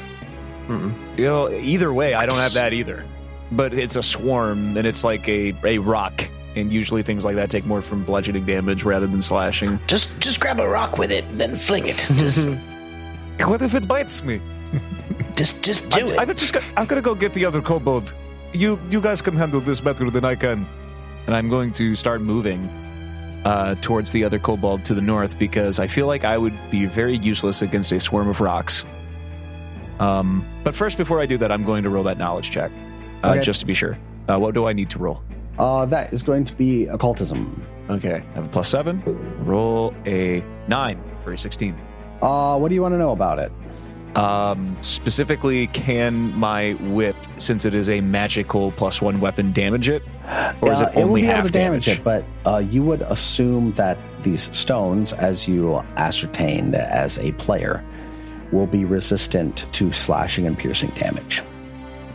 You know, either way, I don't have that either. But it's a swarm, and it's like a, a rock, and usually things like that take more from bludgeoning damage rather than slashing. Just just grab a rock with it, then fling it. Just What if it bites me? Mm-hmm. just just do it. I, have just got, I'm gonna go get the other kobold. You you guys can handle this better than I can. And I'm going to start moving uh, towards the other kobold to the north because I feel like I would be very useless against a swarm of rocks. Um, but first, before I do that, I'm going to roll that knowledge check uh, Okay. just to be sure. Uh, what do I need to roll? Uh, that is going to be occultism. Okay, I have a plus seven. Roll a nine for a sixteen. Uh, what do you want to know about it? Um, specifically, can my whip, since it is a magical plus one weapon, damage it, or is Uh, it only would be able half to damage, damage? it, but uh, you would assume that these stones, as you ascertained as a player, will be resistant to slashing and piercing damage.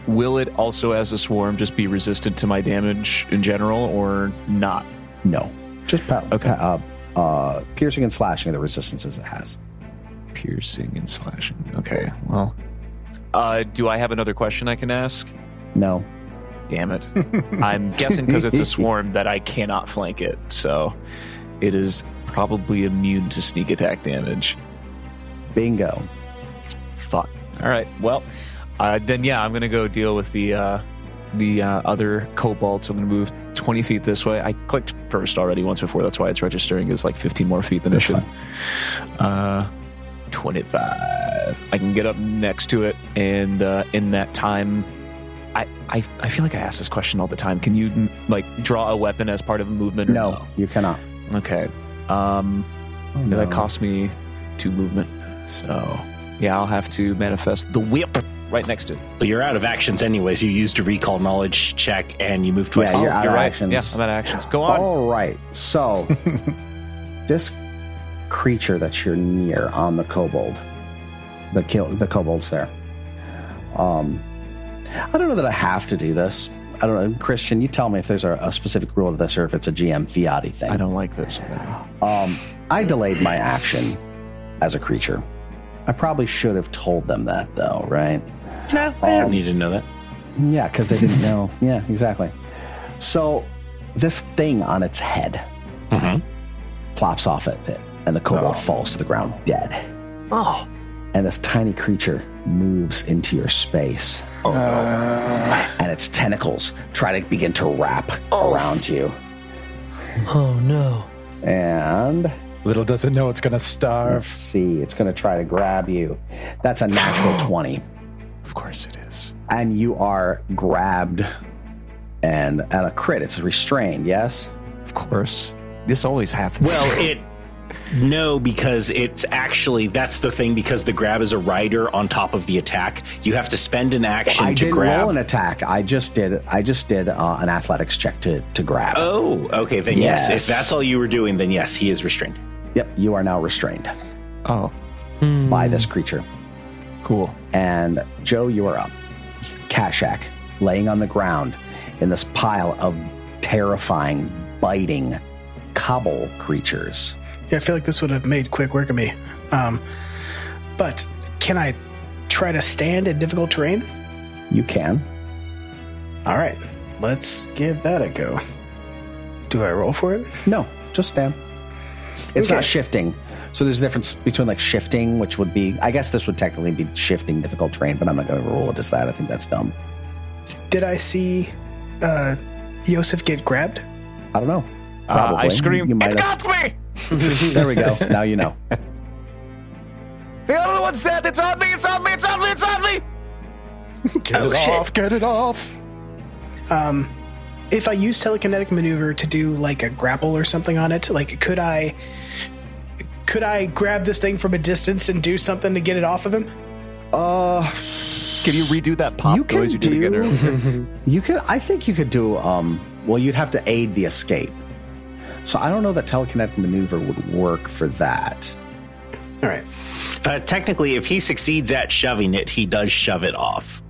Will it also, as a swarm, just be resistant to my damage in general, or not? No, just pa- Okay. pa- uh, uh, piercing and slashing are the resistances it has. Piercing and slashing. Okay, well, uh, do I have another question I can ask? No, Damn it! I'm guessing because it's a swarm that I cannot flank it, so it is probably immune to sneak attack damage. bingo. Fuck. All right. Well, uh, then yeah, I'm gonna go deal with the uh, the uh, other cobalt. So I'm gonna move 20 feet this way. I clicked first already once before. That's why it's registering as like 15 more feet than it should. Uh, 25. I can get up next to it, and uh, in that time. I, I, I feel like I ask this question all the time. Can you m- like draw a weapon as part of a movement? Or No, you cannot. Oh, no? Okay. Um, No. that cost me two movement. So yeah, I'll have to manifest the whip right next to it. But you're out of actions anyways. You used a recall knowledge check and you move twice. Yeah, you're out of right. actions. Yeah, I'm out of actions. Go on. All right. So this creature that you're near on the kobold, the kill, the kobolds there. Um, I don't know that I have to do this. I don't know, Christian. You tell me if there's a, a specific rule to this, or if it's a GM fiati thing. I don't like this. Um, I delayed my action as a creature. I probably should have told them that, though, right? Um, No, I don't need to know that. Yeah, because they didn't know. Yeah, exactly. So this thing on its head Mhm. plops off at it, and the kobold falls to the ground dead. Oh, And this tiny creature moves into your space, Oh, and its tentacles try to begin to wrap around you. oh no. And Little does it know it's going to let's starve. see, it's going to try to grab you. That's a natural 20. Of course it is. and you are grabbed and at a crit it's restrained yes Of course. This always happens. Well, it No, because it's actually that's the thing. Because the grab is a rider on top of the attack. You have to spend an action I to didn't grab. roll an attack. I just did. I just did uh, an athletics check to to grab. oh, okay. Then yes. Yes. if that's all you were doing, then yes, he is restrained. Yep, you are now restrained Oh, by this creature. cool. And Joe, you are up. Kashak laying on the ground in this pile of terrifying, biting cobble creatures. Yeah, I feel like this would have made quick work of me. Um, but can I try to stand in difficult terrain? You can. All right, let's give that a go. Do I roll for it? No, just stand. It's Okay. not shifting. So there's a difference between like shifting, which would be, I guess this would technically be shifting difficult terrain, but I'm not going to rule it as that. I think that's dumb. Did I see uh, Yosef get grabbed? I don't know. Uh, Probably. I screamed, You might "It's have- got me! There we go. Now you know. The other one's dead! It's on me! It's on me! It's on me! It's on me!" Get Oh, it shit. off. Get it off. Um, if I use telekinetic maneuver to do like a grapple or something on it, like could I could I grab this thing from a distance and do something to get it off of him? Uh, Can you redo that pop You can noise you did again do- earlier? Mm-hmm. you could, I think you could do, um, well, you'd have to aid the escape. So I don't know that telekinetic maneuver would work for that. All right. Uh, technically, if he succeeds at shoving it, he does shove it off.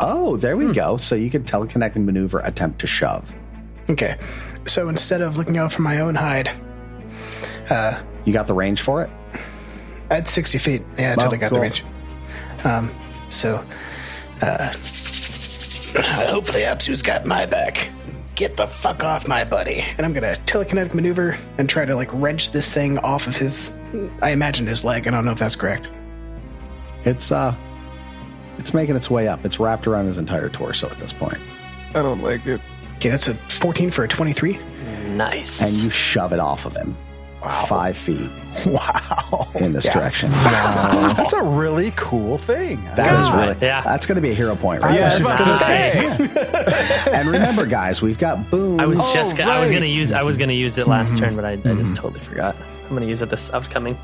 Oh, there we go. So you could telekinetic maneuver attempt to shove. Okay. So instead of looking out for my own hide, You got the range for it? I had 60 feet. Yeah, Wow, I totally got cool. the range. Um, so uh, Hopefully, Apsu's got my back. get the fuck off my buddy. And I'm gonna telekinetic maneuver and try to like wrench this thing off of his I imagine his leg. I don't know if that's correct. It's uh it's making its way up. It's wrapped around his entire torso at this point. I don't like it. Okay, that's a 14 for a 23. Nice. And you shove it off of him. Five feet Wow. in this direction. That's a really cool thing. That is really yeah. that's gonna be a hero point, right? I was there. just about gonna to say. and remember, guys, we've got boom. I was just Oh, I was right. gonna use I was gonna use it last Mm-hmm. turn, but I, I just totally forgot. I'm gonna use it this upcoming.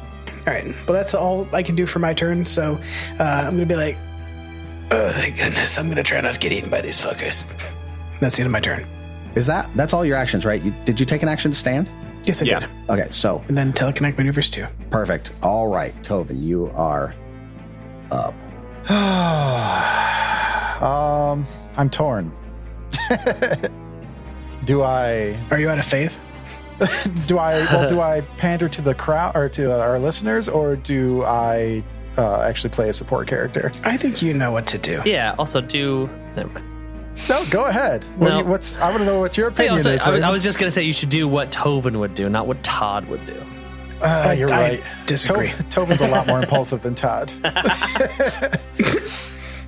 All right. Well, that's all I can do for my turn. So uh, I'm going to be like, oh, thank goodness. I'm going to try not to get eaten by these fuckers. That's the end of my turn. Is that that's all your actions, right? You, did you take an action to stand? Yes, I Yeah. did. Okay, so And then teleconnect maneuvers too. perfect. All right, Tovin, you are up. um, I'm torn. do I Are you out of faith? do I well, do I pander to the crowd or to our listeners, or do I uh, actually play a support character? I think you know what to do. Yeah. Also, do never mind. No, go ahead. What do No. you, what's I want to know what your Hey, opinion also, is. I, was- Wade. I was just gonna say you should do what Tovin would do, not what Todd would do. Ah, you're I right. disagree. To- Tobin's a lot more impulsive than Todd.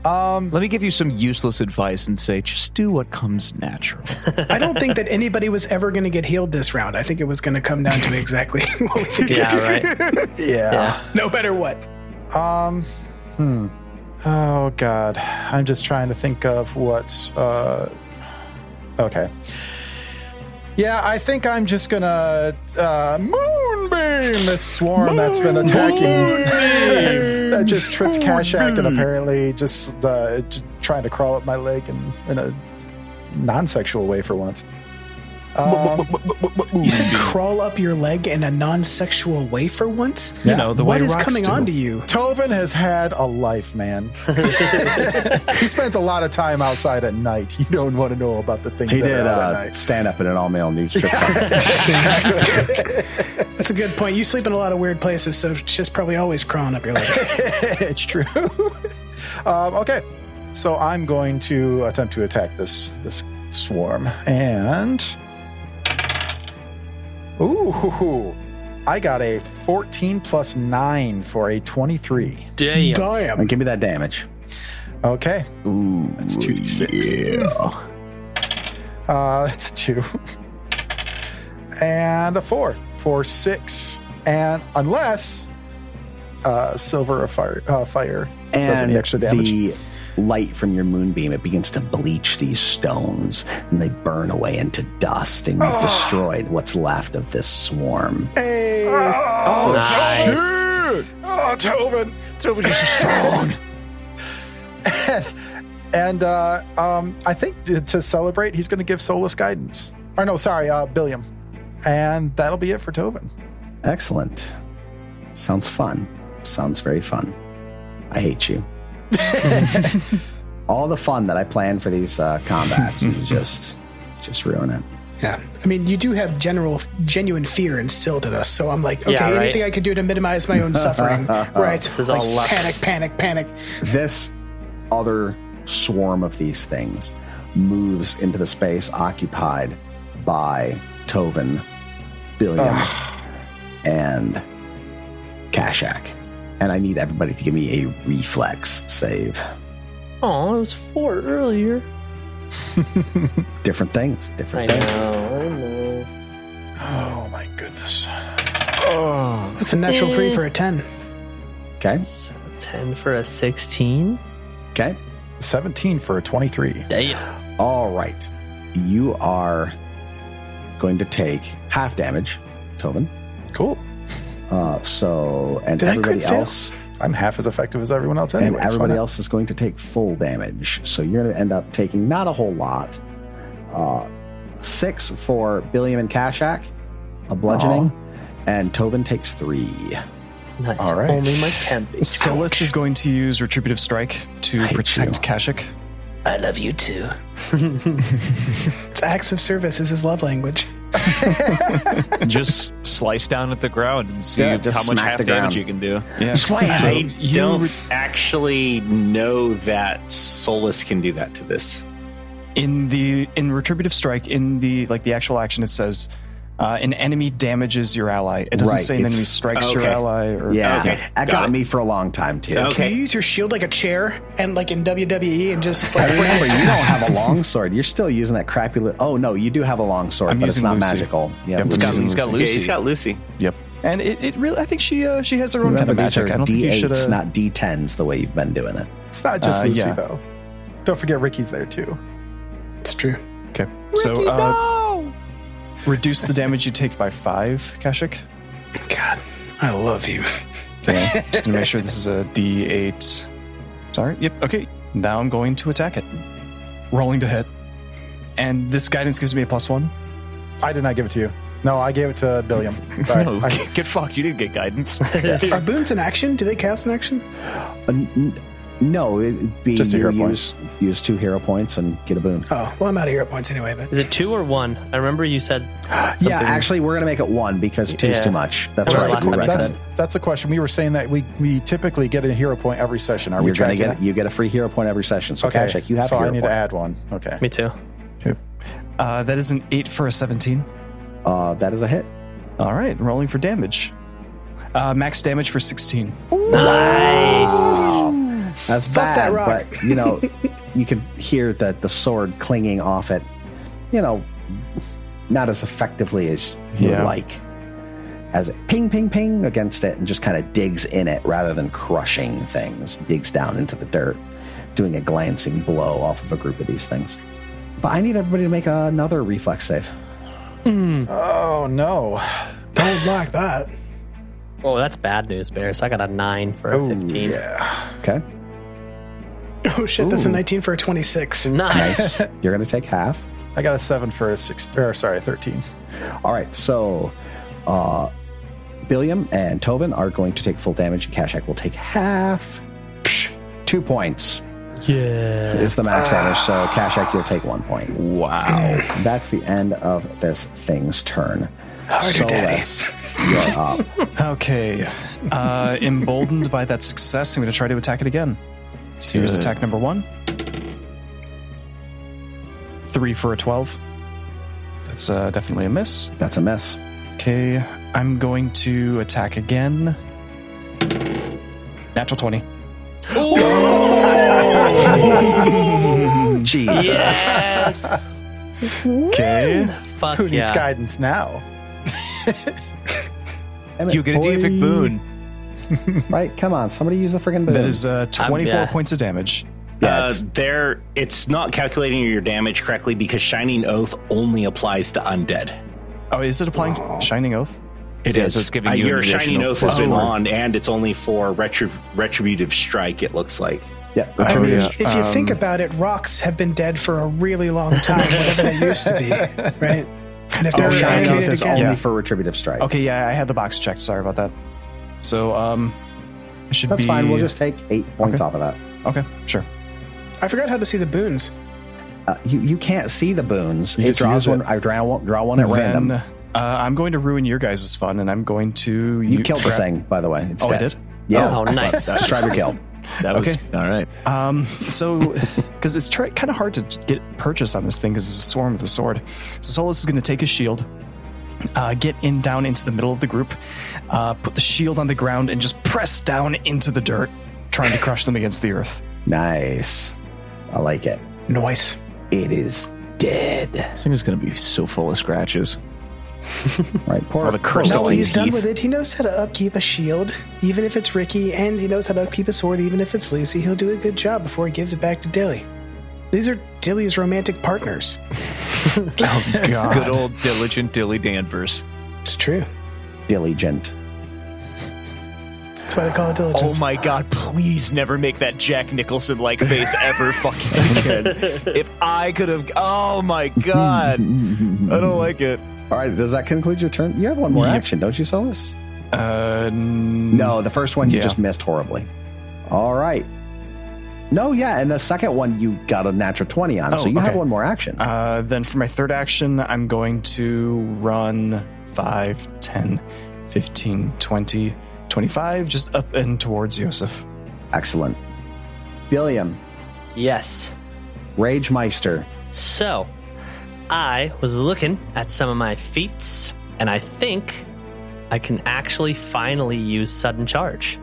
um, Let me give you some useless advice and say, just do what comes natural. I don't think that anybody was ever going to get healed this round. I think it was going to come down to exactly what we think. Yeah. Right. yeah. Yeah. No matter what. Um, hmm. Oh God, I'm just trying to think of what. Uh, okay. Yeah, I think I'm just gonna uh, moonbeam this swarm that's been attacking. that just tripped Kashak and apparently just uh, j- trying to crawl up my leg in, in a non-sexual way for once. Um, You said crawl up your leg in a non sexual way for once? You know, the what way is rocks coming do. on to you? Tovin has had a life, man. he spends a lot of time outside at night. You don't want to know about the things He that did are out at uh, night. stand up in an all male nude strip club. That's a good point. You sleep in a lot of weird places, so she's probably always crawling up your leg. it's true. um, okay, so I'm going to attempt to attack this this swarm, and ooh, I got a 14 plus nine for a 23. Damn. Damn. and give me that damage. Okay, Ooh, That's two to six. Yeah. Oh. Uh, that's two. and a four. Four, six. And unless uh, Silver of Fire, uh, fire does any and extra damage. the light from your moonbeam, it begins to bleach these stones and they burn away into dust, and Ah. you've destroyed what's left of this swarm. Hey. Oh, nice. Shoot. Oh, Tobin. Tobin is strong. And uh, um, I think to, to celebrate, he's going to give Solus guidance. Or no, sorry, uh, Billiam. And that'll be it for Tobin. Excellent. Sounds fun. Sounds very fun. I hate you. All the fun that I planned for these uh, combats, you just just ruin it. Yeah. I mean, you do have general, genuine fear instilled in us. So I'm like, okay, Yeah, right. anything I could do to minimize my own suffering. right. This is all luck. Panic, panic, panic. This other swarm of these things moves into the space occupied by Tovin, Billion, and Kashak. And I need everybody to give me a reflex save. Oh, it was four earlier. Different things, I different know. things. I know. Oh, my goodness. Oh. That's a natural three for a 10. Okay, So, Ten for a sixteen. okay. 17 for a 23. Damn. All right. You are going to take half damage, Tobin. Cool. Uh, so, and Did I everybody crit fail? else, I'm half as effective as everyone else anyway. and everybody else is going to take full damage. So you're going to end up taking not a whole lot. Uh, six for Billiam and Kashak, a bludgeoning, and Tovin takes three. Nice. All right. Only my temp. is- Solus is going to use retributive strike to hate protect you. Kashik. I love you too. It's acts of service is his love language. just slice down at the ground and see Yeah, just how much smack half the damage ground. you can do. Yeah. Twice. I you don't re- actually know that Solus can do that to this. in the in retributive strike in the like the actual action it says uh, an enemy damages your ally it doesn't Right, say an enemy it's- strikes your okay. ally or Yeah, Okay, that got got it. me for a long time too. Okay. Can you use your shield like a chair and like in WWE and just I like remember you don't have a long sword. You're still using that crappy. Li- oh no, you do have a long sword, I'm but it's using not Lucy. magical. Yeah, Yep, Lucy. it's got- he's got Yeah, he's got Lucy. and it, it really i think she uh, she has her own Remember, kind of these are magic i don't think you should D8s, uh, not D10s, the way you've been doing it. It's not just Uh, Lucy, yeah. though. Don't forget Ricky's there, too. It's true. okay so uh, reduce the damage you take by five kashik God, I love you. okay just gonna make sure this is a d8 sorry yep okay now i'm going to attack it rolling to hit and this guidance gives me a plus one I did not give it to you. No, I gave it to Billiam. Sorry. No, I- get, get fucked. You didn't get guidance. Are boons in action? Do they cast in action? Uh, n- no, it'd be Just a you hero point. use, use two hero points and get a boon. Oh, well, I'm out of hero points anyway, but Is it two or one? I remember you said. Yeah, actually, we're going to make it one because two's Yeah. too much. That's Well, what last we time you recommend. that's, that's a question. We were saying that we, we typically get a hero point every session. Are we You're going to trying get you get a free hero point every session. So, Okay, Kashak, you have so a hero I need point. to add one. Okay. Me too. uh, that is an eight for a 17 Uh, that is a hit. All right, rolling for damage. Uh, max damage for 16. Wow. That's bad, that rock. but you know, you could hear that the sword clinging off it. You know, not as effectively as you would Yeah. like. As it ping, ping, ping against it, and just kind of digs in it rather than crushing things, digs down into the dirt, doing a glancing blow off of a group of these things. But I need everybody to make another reflex save. Oh, no. don't like that. Oh, that's bad news, Bears. I got a nine for a Oh, fifteen. yeah. Okay, Oh shit, that's a Ooh. 19 for a 26. Nice. nice. You're going to take half. I got a 7 for a 6, or sorry, a 13. All right, so uh, Billiam and Tovin are going to take full damage, and Kashak will take half. Psh, two points yeah. is the max damage, so Kashak, you'll take one point. Wow. That's the end of this thing's turn. Harder, daddy. Solus, you're up. Okay. Uh, emboldened by that success, I'm going to try to attack it again. Here's attack number one. Three for a 12. That's uh, definitely a miss. That's a miss. Okay, I'm going to attack again. Natural 20. Jesus. Yes. Okay. Fuck Who needs yeah. guidance now? you get a deific boon. Right? Come on, somebody use the friggin' boon. That is uh, 24 yeah. points of damage. Yeah, uh, it's- there, it's not calculating your damage correctly because Shining Oath only applies to undead. Oh, is it applying Shining Oath? It is. Uh, Yeah, so it's giving you an your Shining additional Oath has been four. on, and it's only for retri- retributive strike. It looks like. Yeah. I mean, yeah. if, if uh, Um, you um, think about it, rocks have been dead for a really long time, whatever they used to be, right? And if they're Oh, Shining reanimated Oath is again, only Yeah. for retributive strike. Okay, yeah, I had the box checked. Sorry about that. So, um, it should That's be- fine. We'll just take eight points Okay. off of that. okay, sure. I forgot how to see the boons. Uh, you you can't see the boons. You it just draws use it. one. I draw one, draw one at Then, random. uh, I'm going to ruin your guys' fun, and I'm going to You, killed the grab- thing, by the way. It's Oh, I dead. did. Yeah. Oh, nice. Strive to kill. That was Okay. all right. Um, so, because it's try kind of hard to get purchase on this thing because it's a swarm with a sword. So Solus is going to take his shield, uh, get in down into the middle of the group, uh, put the shield on the ground, and just press down into the dirt, trying to crush them against the earth. Nice. I like it. Noise. It is dead. This thing is going to be so full of scratches. Right. Poor All the poor crystal No, Ricky. he's done teeth. with it. He knows how to upkeep a shield, even if it's Ricky, and he knows how to upkeep a sword, even if it's Lucy. He'll do a good job before he gives it back to Dilly. These are Dilly's romantic partners. Oh, Good old diligent Dilly Danvers. It's true. diligent. That's why they call it Oh diligence. my god, please never make that Jack Nicholson like face ever fucking again. If I could have. Oh my god. I don't like it. All right. Does that conclude your turn? You have one more action, don't you, Solus? Uh, No, the first one you Yeah. just missed horribly. All right. No, yeah, and the second one you got a natural twenty on, Oh, so you have okay. one more action. Uh, then for my third action, I'm going to run 5, 10, 15, 20, 25, just up and towards Yosef. Excellent. Billiam, Yes. Rage Meister. So, I was looking at some of my feats, and I think I can actually finally use sudden charge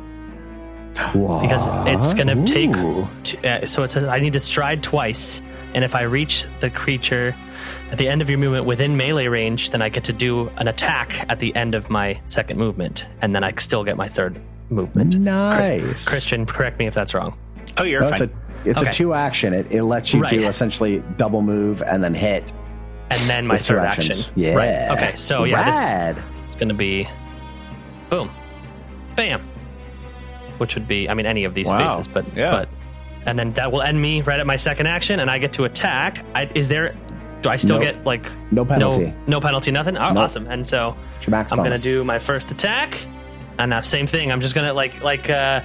because it's going to take. T- uh, so it says I need to stride twice, and if I reach the creature at the end of your movement within melee range, then I get to do an attack at the end of my second movement, and then I still get my third movement. nice. Christian, correct me if that's wrong. Oh, you're No, it's fine. a it's Okay. a two action. It, it lets you do Right. essentially double move and then hit. And then my With two third action. actions. Yeah. Right. Okay. So yeah, this, Rad. It's going to be boom, bam, which would be, I mean, any of these Wow. spaces, but, Yeah. but, and then that will end me right at my second action, and I get to attack. I, is there, do I still Nope. get like no penalty. no no penalty, nothing? Oh, Nope. Awesome. And so It's your max I'm going bonus. to do my first attack, and that same thing. I'm just going to like, like, uh,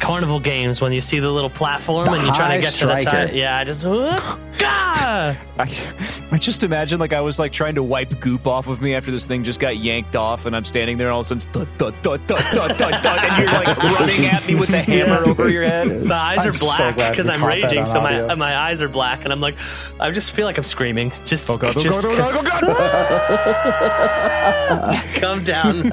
Carnival games when you see the little platform The and you try high to get to the striker. top. Yeah, I just whoop, gah! I, I just imagine like I was like trying to wipe goop off of me after this thing just got yanked off, and I'm standing there and all of a sudden, it's dud, dud, dud, dud, dud, dud, and you're like running at me with a hammer over your head. The eyes I'm are so black glad we because I'm caught that raging, on so my audio. my eyes are black, and I'm like, I just feel like I'm screaming. Just, God, oh just God, oh God, oh God. come down.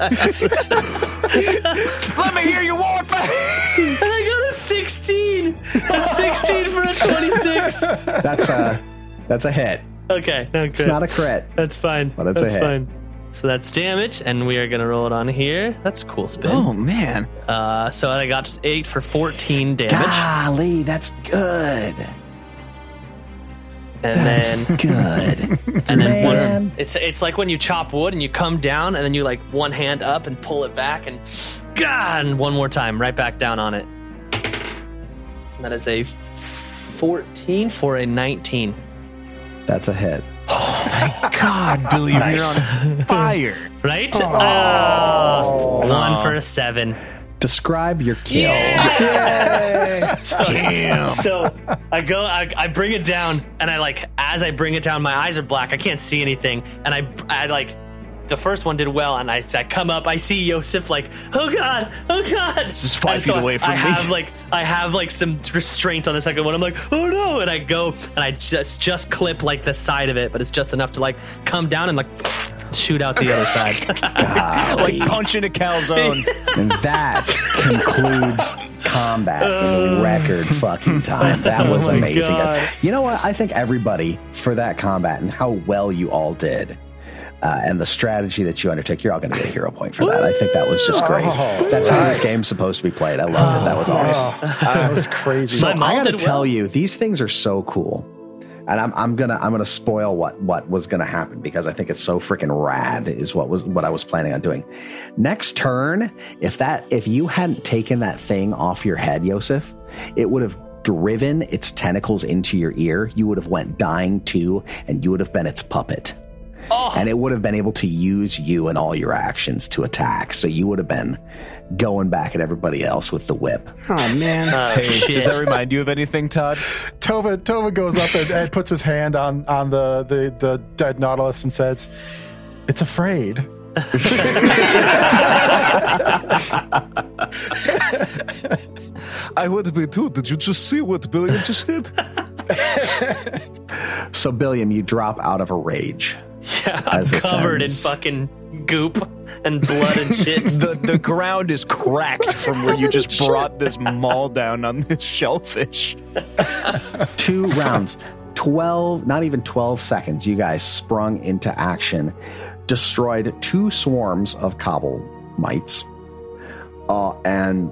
and Let me hear your warfare. I got a 16, a 16 for a 26. That's a that's a hit. Okay, no, good. It's not a crit. that's fine. But it's a that's hit. fine. So that's damage, and we are gonna roll it on here. That's cool spin. Oh, man, Uh, so I got eight for 14 damage, Golly, that's good. and then Good. And then Man. once it's it's like when you chop wood and you come down and then you like one hand up and pull it back and God and one more time right back down on it. And that is a fourteen for a nineteen. that's a hit. God, Billy, you're on fire. Right? Oh, one for a seven. Describe your kill. Damn. So I go, I, I bring it down, and I like as I bring it down, my eyes are black. I can't see anything, and I I like the first one did well, and I I come up, I see Yosef like, oh god, oh god, Just five And feet away from I me. have like I have like some restraint on the second one. I'm like, oh no, and I go and I just just clip like the side of it, but it's just enough to like come down and like shoot out the other side. like punching a calzone. And that concludes combat in record fucking time. That was Oh my amazing. guys. God. You know what? I think everybody for that combat and how well you all did. uh, and the strategy that you undertook. You're all going to get a hero point for that. I think that was just great. Oh, That's how nice. this game's supposed to be played. I loved it. That was awesome. that was crazy. So My mom I gotta did well. tell you, these things are so cool, and I'm, I'm gonna I'm gonna spoil what what was gonna happen because I think it's so freaking rad is what was what I was planning on doing. Next turn, if that if you hadn't taken that thing off your head, Yosef, it would have driven its tentacles into your ear. You would have went dying too, and you would have been its puppet. And it would have been able to use you and all your actions to attack. So you would have been going back at everybody else with the whip. Oh man. Oh, Hey, shit. does that remind you of anything, Todd? Tova Tova goes up and, and puts his hand on on the, the the dead Nautilus and says, "It's afraid." I would be too. Did you just see what Billy just did? So, Billiam, you drop out of a rage. yeah, I'm as a covered sentence. in fucking goop and blood and shit. the the ground is cracked from where you just brought this maul down on this shellfish. Two rounds, 12, not even 12 seconds, you guys sprung into action, destroyed two swarms of cobble mites, uh, and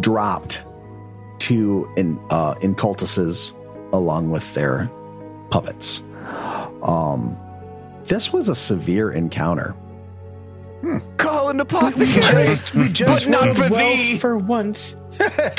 dropped two in, uh, incultuses along with their puppets. Um, this was a severe encounter. Call an apothecary. just, we just But not rolled for well thee. for once. Don't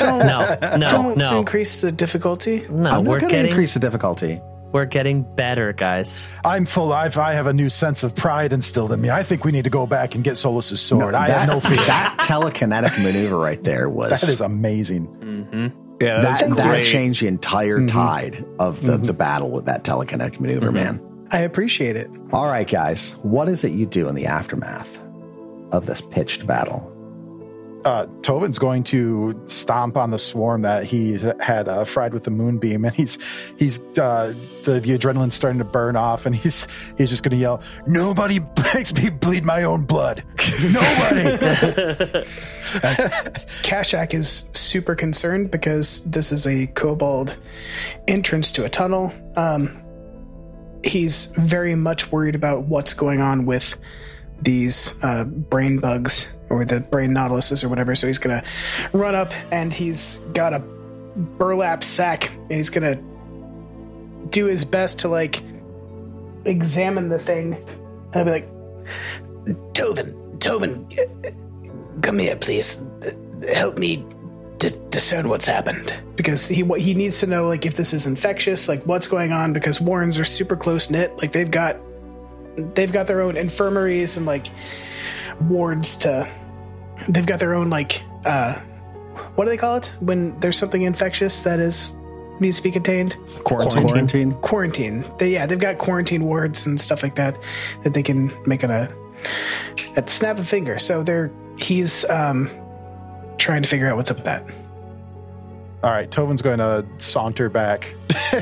No, no, don't no, increase the difficulty. no. I'm not We're going to getting increase the difficulty. we're getting better, guys. I'm full. I've, I have a new sense of pride instilled in me. I think we need to go back and get Solus's sword. I have no fear. that telekinetic maneuver right there was That is amazing. Mm-hmm. Yeah, that, that's that great. changed the entire Mhm. tide of the, the battle with that telekinetic maneuver, Mm-hmm. Mhm. man. Mm-hmm. I appreciate it. All right, guys, what is it you do in the aftermath of this pitched battle? Uh, Tovin's going to stomp on the swarm that he had uh, fried with the moonbeam, and he's he's uh, the, the adrenaline's starting to burn off, and he's he's just going to yell, "Nobody makes me bleed my own blood. Nobody." Kashak Uh, is super concerned because this is a kobold entrance to a tunnel. Um, he's very much worried about what's going on with these uh, brain bugs or the brain nautiluses or whatever. So he's gonna run up and he's got a burlap sack and he's gonna do his best to like examine the thing. And I'll be like, Tovin, Tovin, uh, come here, please. Uh, Help me d- discern what's happened. because he what he needs to know like if this is infectious, like what's going on because Warrens are super close knit, like they've got they've got their own infirmaries and like wards to they've got their own like uh what do they call it when there's something infectious that is needs to be contained? Quarantine. Quarantine. They yeah, they've got quarantine wards and stuff like that that they can make it a at the snap of a finger. So they're he's um trying to figure out what's up with that. All right, Tovin's going to saunter back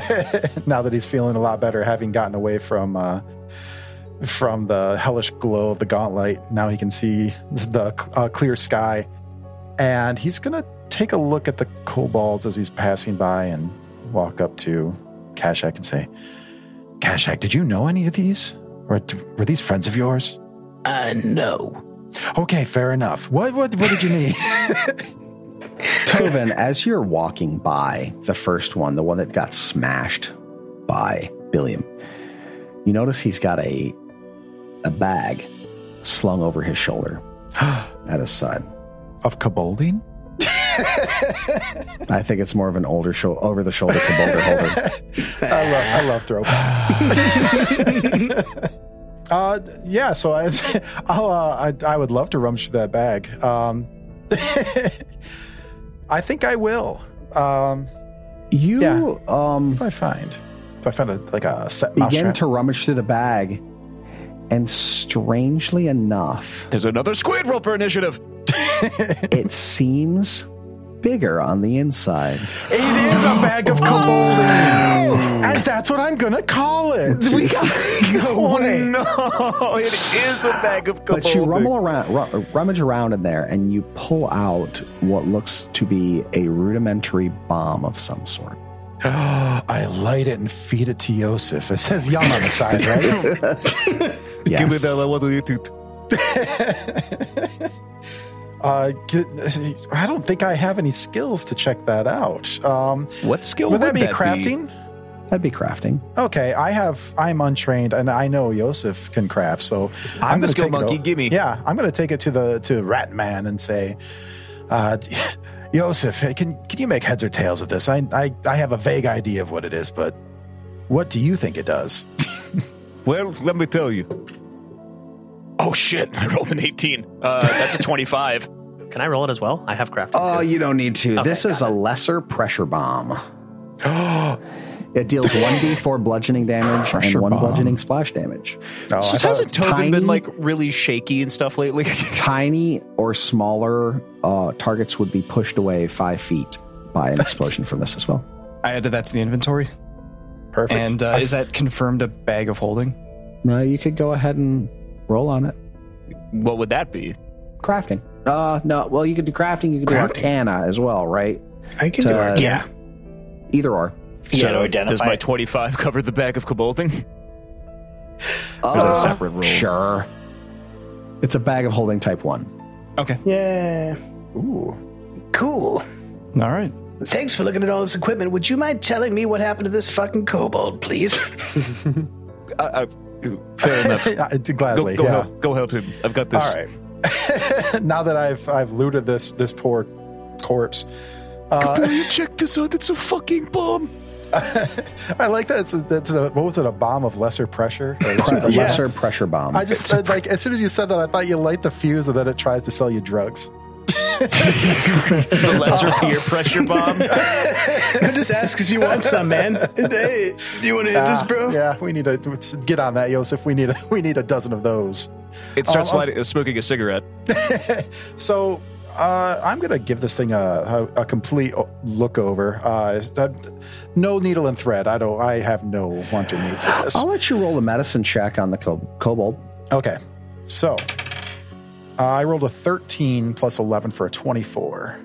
now that he's feeling a lot better, having gotten away from uh, from the hellish glow of the gauntlet. Now he can see the uh, clear sky, and he's going to take a look at the kobolds as he's passing by and walk up to Kashak and say, "Kashak, did you know any of these? Were, were these friends of yours?" Uh, no. Okay, fair enough. What what what did you need? Tovin, as you're walking by the first one, the one that got smashed by Billiam, you notice he's got a a bag slung over his shoulder at his side. of kobolding? I think it's more of an older show over the shoulder kaboulder holder. I love I love throwbacks. uh, yeah, so I I'll, uh, I I would love to rummage through that bag. Um, I think I will. Um, You Yeah. um what do I find? Do I find a like a set begin mousetrap? to rummage through the bag, and strangely enough, There's another squid roll for initiative. it seems bigger on the inside. it is a bag of kobolding, and that's what I'm gonna call it. We got Oh no! It is a bag of kobold. But you rumble around, ru- rummage around in there, and you pull out what looks to be a rudimentary bomb of some sort. I light it and feed it to Yosef. It says yum on the side, right? Give me Yes. that. I want to eat it. uh, get, I don't think I have any skills to check that out. Um, What skill would that be crafting? That'd be crafting. Okay, I have. I'm untrained, and I know Yosef can craft. So I'm the gonna skill take it monkey, o- gimme. Yeah, I'm going to take it to the to Rat Man and say, uh, Yosef, hey, can can you make heads or tails of this? I, I I have a vague idea of what it is, but what do you think it does? Well, let me tell you. Oh shit! I rolled an 18. Uh, that's a 25. Can I roll it as well? I have crafted. Oh, too. you don't need to. Okay, this is a lesser pressure bomb. it deals 1d4 bludgeoning damage Pressure and 1 bomb. bludgeoning splash damage. Oh, I thought- Hasn't Tovin tiny- been like really shaky and stuff lately? Tiny or smaller uh, targets would be pushed away 5 feet by an explosion from this as well. I added that to the inventory. perfect. And uh, is that confirmed a bag of holding? Uh, you could go ahead and roll on it. what would that be? Crafting. Uh, no, well, you could do crafting, you could do Crafting. Arcana as well, right? I can do To- it. Yeah. Either or. Yeah, to Uh, does identify my it. 25 cover the bag of kobolding? Uh, There's a separate roll. Sure. Uh, It's a bag of holding type 1. Yeah. Ooh. Cool. All right. Thanks for looking at all this equipment. Would you mind telling me what happened to this fucking kobold, please? Uh, uh, fair enough. I- go, gladly. go, yeah. help, go help him. I've got this. All right. now that I've I've looted this this poor corpse. Uh, you check this out? It's a fucking bomb. I like that. It's a, that's a, what was it? A bomb of lesser pressure. Pre- Yeah. Lesser pressure bomb. I just uh, said, like as soon as you said that, I thought you light the fuse and then it tries to sell you drugs. The lesser peer pressure bomb. Could just ask if you want some, man. Hey, do you want to hit this, Ah, bro? Yeah, we need to to get on that, Yosef. We need a, we need a dozen of those. It starts Um, um, lighting, uh, smoking a cigarette. So uh, I'm gonna give this thing a, a, a complete o- look over. Uh, I- no needle and thread. I don't. I have no want or need for this. I'll let you roll a medicine check on the co- kobold. Okay, so uh, I rolled a 13 plus 11 for a 24.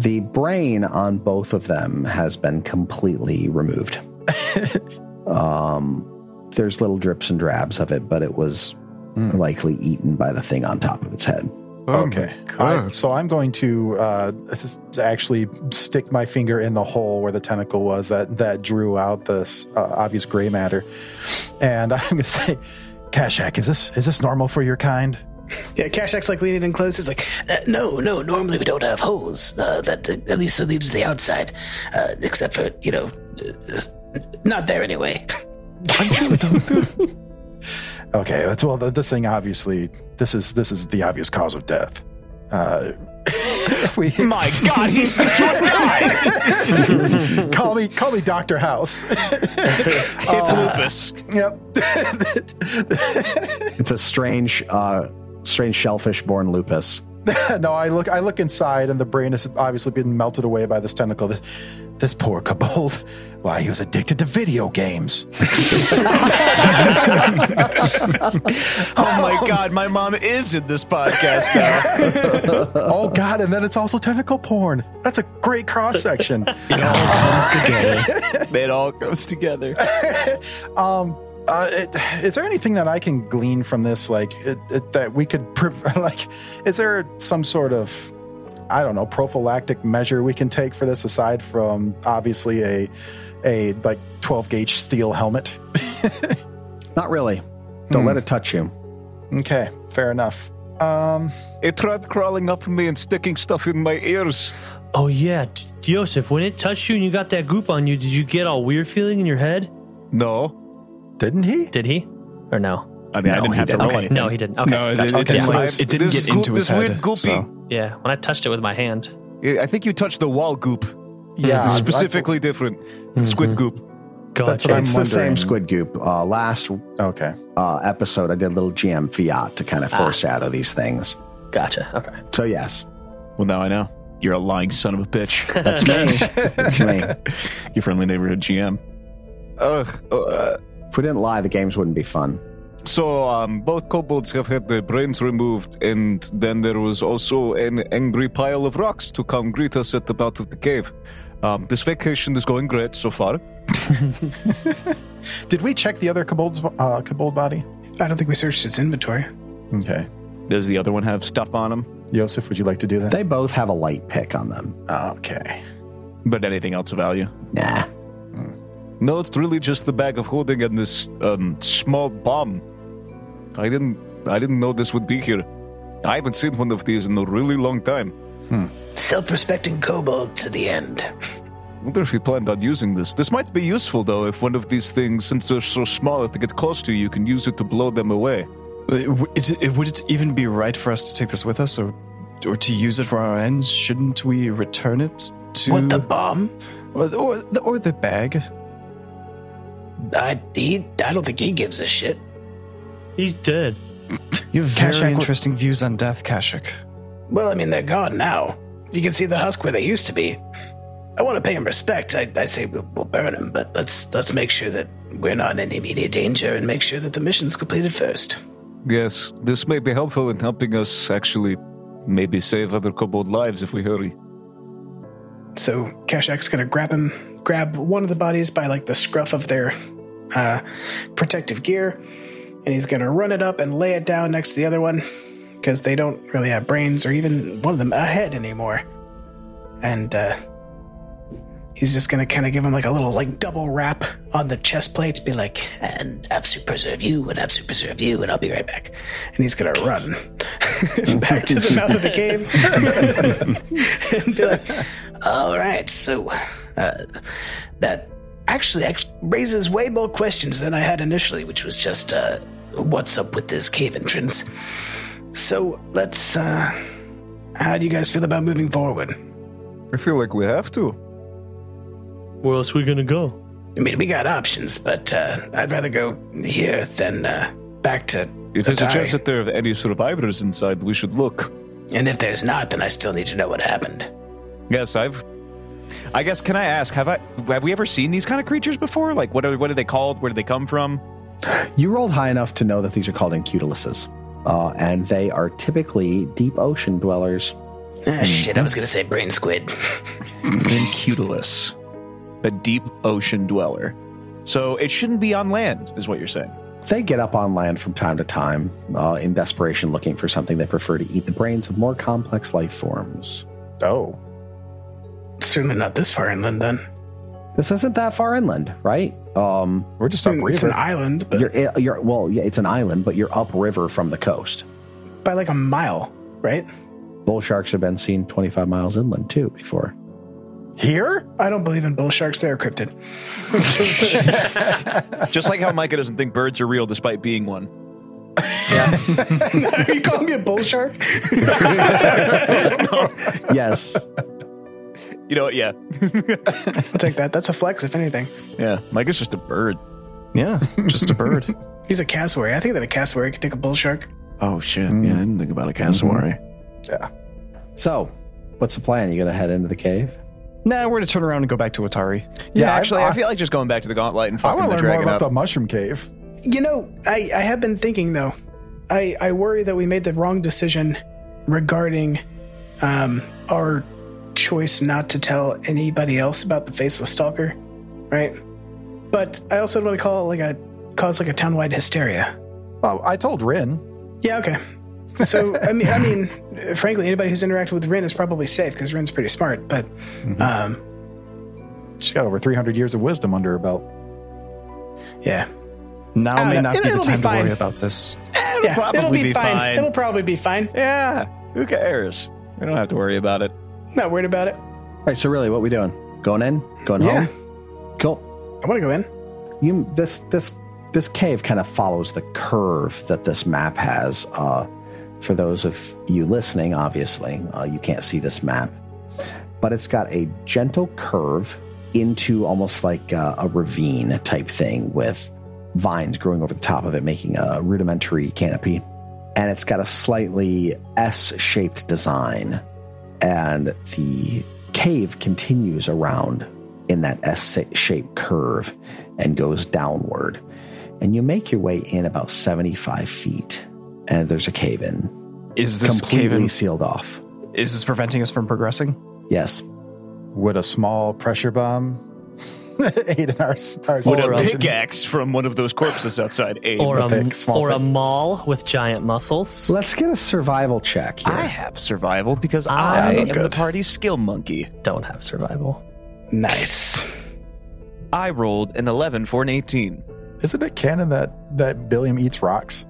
The brain on both of them has been completely removed. um, there's little drips and drabs of it, but it was Hmm. likely eaten by the thing on top of its head. Okay. I, Um, so I'm going to uh, s- actually stick my finger in the hole where the tentacle was that that drew out this uh, obvious gray matter, and I'm going to say, "Kashak, is this is this normal for your kind?" Yeah, Kashak's like leaning in close. He's like, Uh, no, no. Normally we don't have holes. Uh, that uh, at least it leads to the outside, uh, except for you know, uh, s- not there anyway. Okay, that's well. th- This thing obviously this is this is the obvious cause of death. Uh, if we My God, he's going to die. call me call me Doctor House. Uh, It's lupus. yep. It's a strange, uh, strange shellfish-born lupus. no, I look I look inside and the brain has obviously been melted away by this tentacle. This, this poor kobold. Why, he was addicted to video games. Oh my God, my mom is in this podcast now. oh god, and then it's also tentacle porn. That's a great cross section. It all comes together. It all goes together. um uh, it, is there anything that I can glean from this, like it, it, that we could, prev- like, is there some sort of, I don't know, prophylactic measure we can take for this aside from obviously a, a like twelve gauge steel helmet? Not really. Don't Hmm. let it touch you. Okay, fair enough. Um, It tried crawling up on me and sticking stuff in my ears. Oh yeah, D- Joseph. When it touched you and you got that goop on you, did you get all weird feeling in your head? No. didn't he? Did he? Or no? I mean, I No, didn't he have to didn't. roll Okay. anything. No, he didn't. Okay. No, it, it, gotcha. yeah. didn't, like- it didn't This get into goop- his this weird head, goopy. so- yeah. When I touched it with my hand. Yeah, I think you touched the wall goop. Yeah, It's I- specifically different. than Mm-hmm. Squid goop. That's Gotcha. what I'm it's the same wondering. squid goop. Uh, last I- okay. uh, episode, I did a little GM fiat to kind of foreshadow these things. Gotcha. Okay. So yes, Well, now I know. You're a lying son of a bitch. that's me. that's me. Your friendly neighborhood GM. Ugh. Uh, If we didn't lie, the games wouldn't be fun. so, um, both kobolds have had their brains removed, and then there was also an angry pile of rocks to come greet us at the mouth of the cave. Um, this vacation is going great so far. Did we check the other kobold's uh, kobold body? I don't think we searched its inventory. Okay. Does the other one have stuff on them? Joseph, would you like to do that? They both have a light pick on them. Okay. But anything else of value? Nah. Hmm. No, it's really just the bag of holding and this um, small bomb. I didn't, I didn't know this would be here. I haven't seen one of these in a really long time. Self-respecting kobold to the end. Wonder if he planned on using this. This might be useful though. If one of these things, since they're so small, if they get close to you, you can use it to blow them away. Uh, It- it- it- would it even be right for us to take this with us or, or to use it for our ends? Shouldn't we return it to. What the bomb? Or, or, the, or the bag? I he, I don't think he gives a shit. He's dead. You have very Kashak would- interesting views on death, Kashik. Well, I mean, they're gone now. You can see the husk where they used to be. I want to pay him respect. I, I say we'll, we'll burn him, but let's let's make sure that we're not in immediate danger and make sure that the mission's completed first. Yes, this may be helpful in helping us actually maybe save other kobold lives if we hurry. So Kashak's gonna grab him, grab one of the bodies by like the scruff of their uh, protective gear, and he's gonna run it up and lay it down next to the other one because they don't really have brains or even one of them a head anymore. And uh, he's just gonna kind of give him like a little like double rap on the chest plate, be like, And absolute preserve you, and absolute preserve you, and I'll be right back. and he's gonna run back to the mouth of the cave and be like, All right, so uh, that actually, actually raises way more questions than I had initially, which was just uh, what's up with this cave entrance. So let's. Uh, how do you guys feel about moving forward? I feel like we have to. Where else we gonna go? I mean, we got options, but uh, I'd rather go here than uh, back to. If the there's a die. chance that there are any survivors inside, we should look. And if there's not, then I still need to know what happened. Yes, I've. I guess can I ask? Have I? Have we ever seen these kind of creatures before? Like, what are what are they called? Where do they come from? You rolled high enough to know that these are called incutiluses, uh, and they are typically deep ocean dwellers. Ah, shit, I was gonna say brain squid. Incutulus, the deep ocean dweller. So it shouldn't be on land, is what you're saying. They get up on land from time to time uh, in desperation looking for something they prefer to eat the brains of more complex life forms. Oh, Certainly not this far inland, then. This isn't that far inland, right? Um, we're just up it's an river. island, but you're, eh, you're well, yeah, it's an island, but you're upriver from the coast. by like a mile, right? Bull sharks have been seen 25 miles inland too before. Here? I don't believe in bull sharks; they're cryptid. Just like how Micah doesn't think birds are real despite being one. Are you calling me a bull shark? Yes. You know, what? yeah, I'll take that. That's a flex, if anything. yeah. Micah's just a bird. Yeah, just a bird. He's a cassowary. I think that a cassowary could take a bull shark. Oh shit! Yeah, I didn't think about a cassowary. Mm-hmm. so, what's the plan? You going to head into the cave? nah, we're going to turn around and go back to Atari. Yeah, Yeah, I- actually, I, I- feel like just going back to the gauntlet and I fucking want the to learn more dragon about up. the mushroom cave. You know, I, I have been thinking though. I, I worry that we made the wrong decision regarding um, our choice not to tell anybody else about the faceless stalker, right? But I also don't want to call it like a cause like a townwide hysteria. Well, I told Rin. Yeah, okay. So I mean, I mean, frankly, anybody who's interacted with Rin is probably safe because Rin's pretty smart. But um, Mm-hmm. She's got over 300 years of wisdom under her belt. yeah, Now don't may know. not It- be the it'll be time to fine. worry about this. It'll yeah, probably it'll be, be fine. fine. It'll probably be fine. Yeah, who cares? We don't have to worry about it. Not worried about it. All right, so really, what we doing? Going in? Going Yeah. home? Cool. I want to go in. You this this this cave kind of follows the curve that this map has. Uh, for those of you listening, obviously, uh, you can't see this map, but it's got a gentle curve into almost like uh, a ravine type thing with vines growing over the top of it, making a rudimentary canopy. And it's got a slightly S shaped design. And the cave continues around in that S shaped curve and goes downward. And you make your way in about 75 feet, and there's a cave in, Is this cave completely in, sealed off. is this preventing us from progressing? Yes. Would a small pressure bomb Aiden, our, our Would a soldier. pickaxe from one of those corpses outside aid? or a, pig, small or a pig. mall with giant muscles. Let's get a survival check here. I have survival because Ah, I no am the good. party's skill monkey. Don't have survival. Nice. I rolled an 11 for an 18. Isn't it canon that that Billiam eats rocks?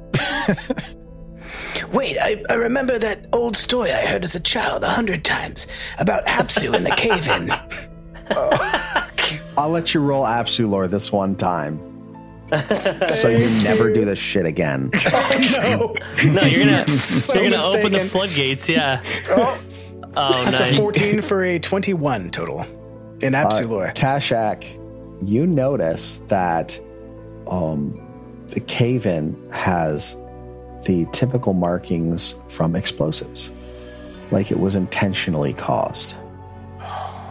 Wait, I, I remember that old story I heard as a child a hundred times about Apsu and the cave in. I'll let you roll Apsu lore this one time. so you never do this shit again. No, you're gonna you're gonna open the mistaken. floodgates. Yeah. Oh, Oh, that's nice. a 14 for a 21 total in Apsu lore. Kashak, you notice that um, the cave in has the typical markings from explosives. Like it was intentionally caused.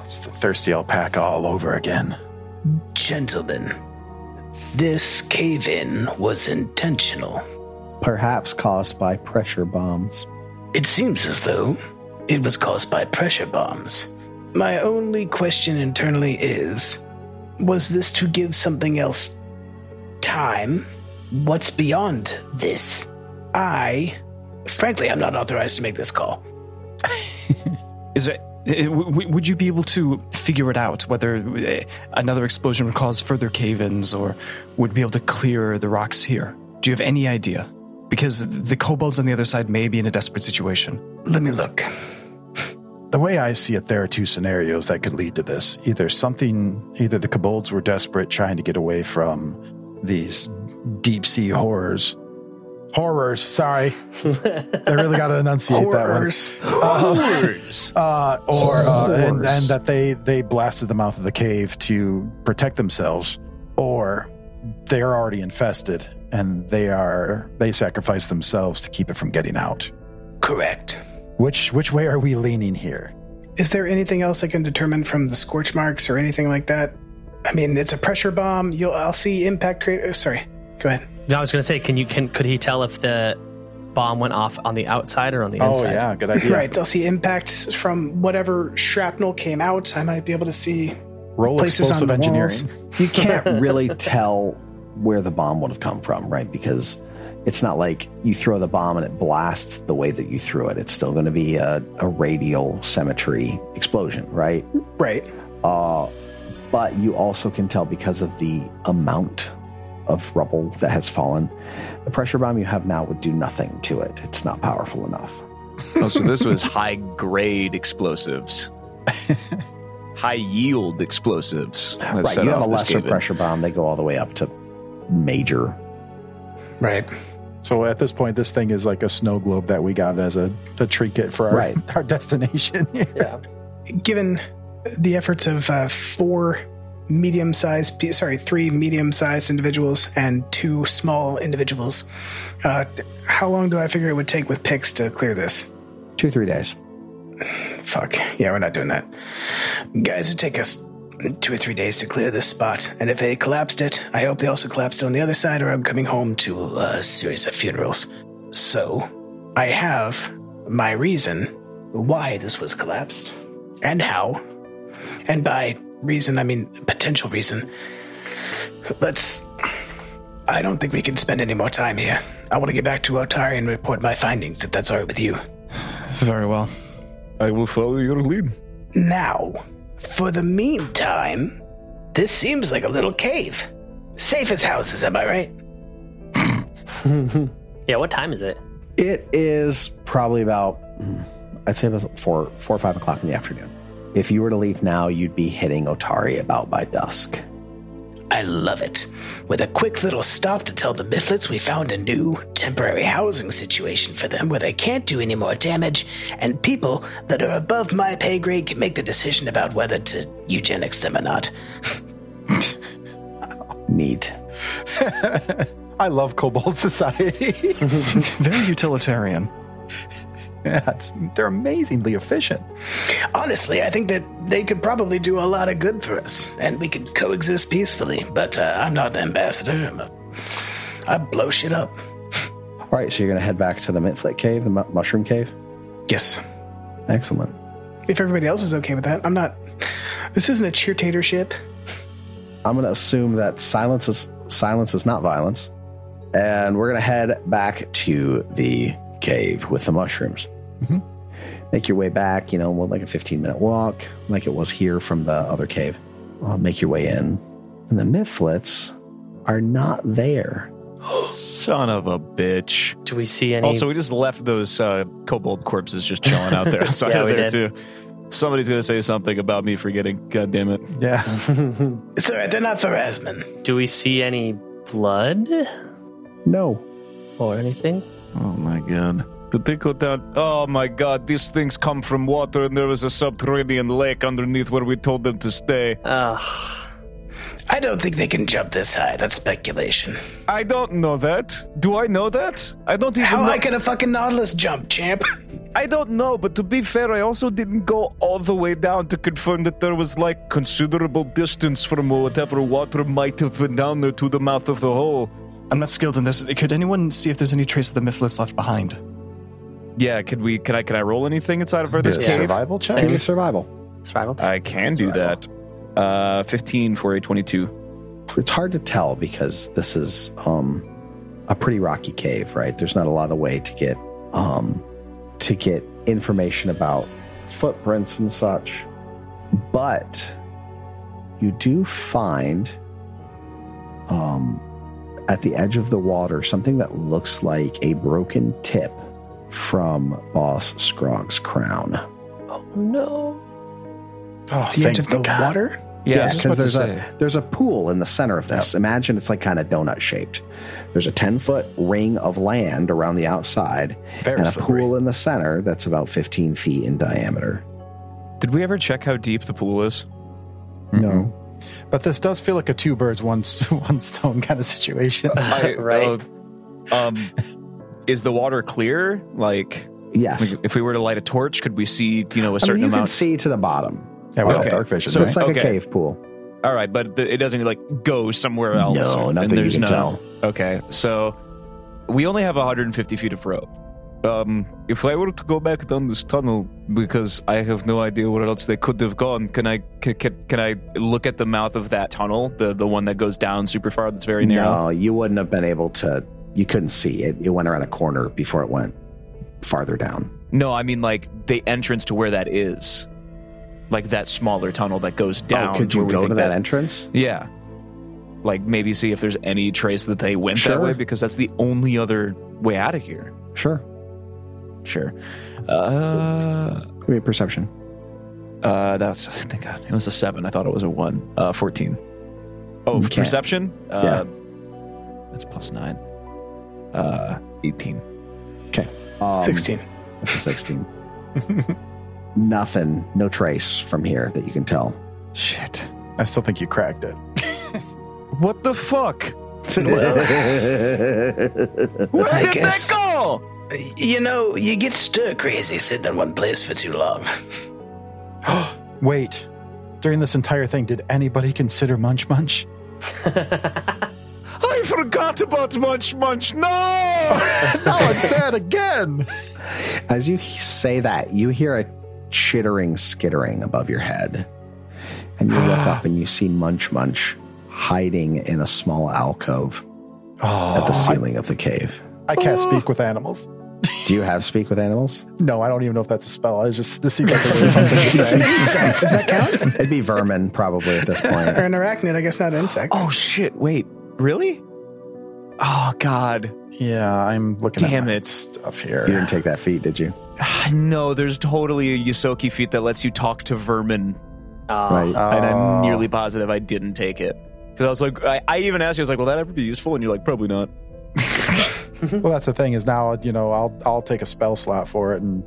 It's the thirsty alpaca all over again. Gentlemen, this cave in was intentional. Perhaps caused by pressure bombs. It seems as though it was caused by pressure bombs. My only question internally is was this to give something else time? What's beyond this? I, frankly, I'm not authorized to make this call. Is it? eh, w- w- Would you be able to figure it out whether eh, another explosion would cause further cave-ins or would be able to clear the rocks here? Do you have any idea? Because the kobolds on the other side may be in a desperate situation. Let me look. The way I see it, there are two scenarios that could lead to this. Either something, either the kobolds were desperate trying to get away from these deep sea horrors. Horrors. Sorry, I really got to enunciate Horrors. that one. Uh, or uh, and, Horrors. and that they they blasted the mouth of the cave to protect themselves, or they're already infested and they are they sacrifice themselves to keep it from getting out. Correct. Which which way are we leaning here? Is there anything else I can determine from the scorch marks or anything like that? I mean, it's a pressure bomb. You'll I'll see impact crater. oh, Sorry, go ahead. I was gonna say, can you can could he tell if the bomb went off on the outside or on the Oh inside? yeah, good idea. Right, I'll see impacts from whatever shrapnel came out. I might be able to see. Roll Places on explosive the engineering. walls. You can't really tell where the bomb would have come from, right? Because it's not like you throw the bomb and it blasts the way that you threw it. It's still going to be a, a radial symmetry explosion, right? Right. Uh, but you also can tell because of the amount of rubble that has fallen, the pressure bomb you have now would do nothing to it. It's not powerful enough. Oh, so this was high grade explosives. high yield explosives. that right, set you have a off this lesser cave-in. pressure bomb. They go all the way up to major. Right. So at this point, this thing is like a snow globe that we got as a, a trinket for our, Right. our destination. Given the efforts of uh, four medium-sized, pe- sorry, three medium-sized individuals and two small individuals, uh, how long do I figure it would take with picks to clear this? Two, three days. Fuck. Yeah, we're not doing that. Guys, it take us two or three days to clear this spot. And if they collapsed it, I hope they also collapsed it on the other side, or I'm coming home to a series of funerals. So, I have my reason why this was collapsed and how. And by reason, I mean potential reason. Let's. I don't think we can spend any more time here. I want to get back to Otari and report my findings, if that's all right with you. Very well. I will follow your lead. Now, For the meantime, this seems like a little cave. Safe as houses, am I right? Yeah. What time is it? It is probably about, mm, I'd say about four, four or five o'clock in the afternoon. If you were to leave now, you'd be hitting Otari about by dusk. I love it. With a quick little stop to tell the Mifflets we found a new temporary housing situation for them where they can't do any more damage, and people that are above my pay grade can make the decision about whether to eugenics them or not. Neat. I love Cobalt Society. Very utilitarian. yeah, it's, they're amazingly efficient. Honestly, I think that they could probably do a lot of good for us, and we could coexist peacefully, but uh, I'm not the ambassador. I'm a, I blow shit up. All right, so you're going to head back to the Mintflit Cave, the mu- Mushroom Cave. yes. Excellent. if everybody else is okay with that. I'm not. This isn't a cheertatorship. I'm going to assume that silence is silence is not violence, and we're going to head back to the cave with the mushrooms. Make your way back. You know, well, like a 15 minute walk, like it was here from the other cave. Uh, make your way in, and the mifflets are not there. Son of a bitch. Do we see any? Also, we just left those uh, kobold corpses just chilling out there outside Yeah, of we there, did. too. Somebody's going to say something about me forgetting. God damn it. Yeah. It's all right. They're not for Asmund. do we see any blood No, or anything? Oh my god. Did they go down? Oh my god, these things come from water, and there was a subterranean lake underneath where we told them to stay. Ugh. I don't think they can jump this high. That's speculation. I don't know that. Do I know that? I don't even How know. high can a fucking Nautilus jump, champ? I don't know, but to be fair, I also didn't go all the way down to confirm that there was like considerable distance from whatever water might have been down there to the mouth of the hole. I'm not skilled in this. Could anyone see if there's any trace of the Mifflets left behind? Yeah, could we? Can I? Can I roll anything inside of her? This Yeah. cave? Survival check. give me survival. Survival. I can do that. Uh, fifteen for a twenty-two. It's hard to tell because this is um, a pretty rocky cave, right? There's not a lot of way to get um, to get information about footprints and such, but you do find um, at the edge of the water something that looks like a broken tip from Boss Scrog's crown. No. Oh, The edge thank of the God. water? Yeah, because there's a there's a pool in the center of this. Imagine it's like kind of donut shaped. There's a ten foot ring of land around the outside, Very and a slippery. pool in the center that's about fifteen feet in diameter. Did we ever check how deep the pool is? No, But this does feel like a two birds, one, s- one stone kind of situation. I, Right. uh, um, is the water clear? Like, yes, like, if we were to light a torch, could we see you know a I mean, certain you can amount? see to the bottom. Yeah, we have Okay. dark vision. So- right? It's like Okay. a cave pool. All right, but the, it doesn't like go somewhere else. No, and nothing you there's can no- tell. Okay, so we only have 150 feet of rope. Um, if I were to go back down this tunnel, because I have no idea where else they could have gone, can I can, can, can I look at the mouth of that tunnel, the the one that goes down super far, that's very narrow? No, you wouldn't have been able to. You couldn't see it. It went around a corner before it went farther down. No, I mean like the entrance to where that is, like that smaller tunnel that goes down. oh, could to you where we go think to that, entrance? Yeah, like maybe see if there's any trace that they went Sure. that way because that's the only other way out of here. Sure. Sure. Uh, Give me a perception. uh, that's thank God it was a seven. I thought it was a one. Uh, fourteen. Oh, Okay. perception. Uh, that's plus nine. Uh, eighteen. Um, 16. That's a 16. Nothing, no trace from here that you can tell. Shit. I still think you cracked it. What the fuck? Well, Where I did guess- that go? You know, you get stir crazy sitting in one place for too long. Wait. During this entire thing, did anybody consider Munch Munch? I forgot about Munch Munch. No! No, Oh, it's sad again. As you he- say that, you hear a chittering, skittering above your head. And you look up and you see Munch Munch hiding in a small alcove at the ceiling of the cave. I can't speak with animals. Do you have speak with animals? No, I don't even know if that's a spell. I just this seems like a really fun thing to say. insect. Does that count? It'd be vermin probably at this Or point. an arachnid, I guess not insect. Oh shit! Wait, really? Oh god! Yeah, I'm looking at Damn my it. Ah, stuff You here. didn't take that feat, did you? No, there's totally a Yosoki feat that lets you talk to vermin Oh, Right. and I'm Oh. nearly positive I didn't take it because I was like, I, I even asked you, I was like, "Will that ever be useful?" And you're like, "Probably not." Well, that's the thing is now you know I'll I'll take a spell slot for it and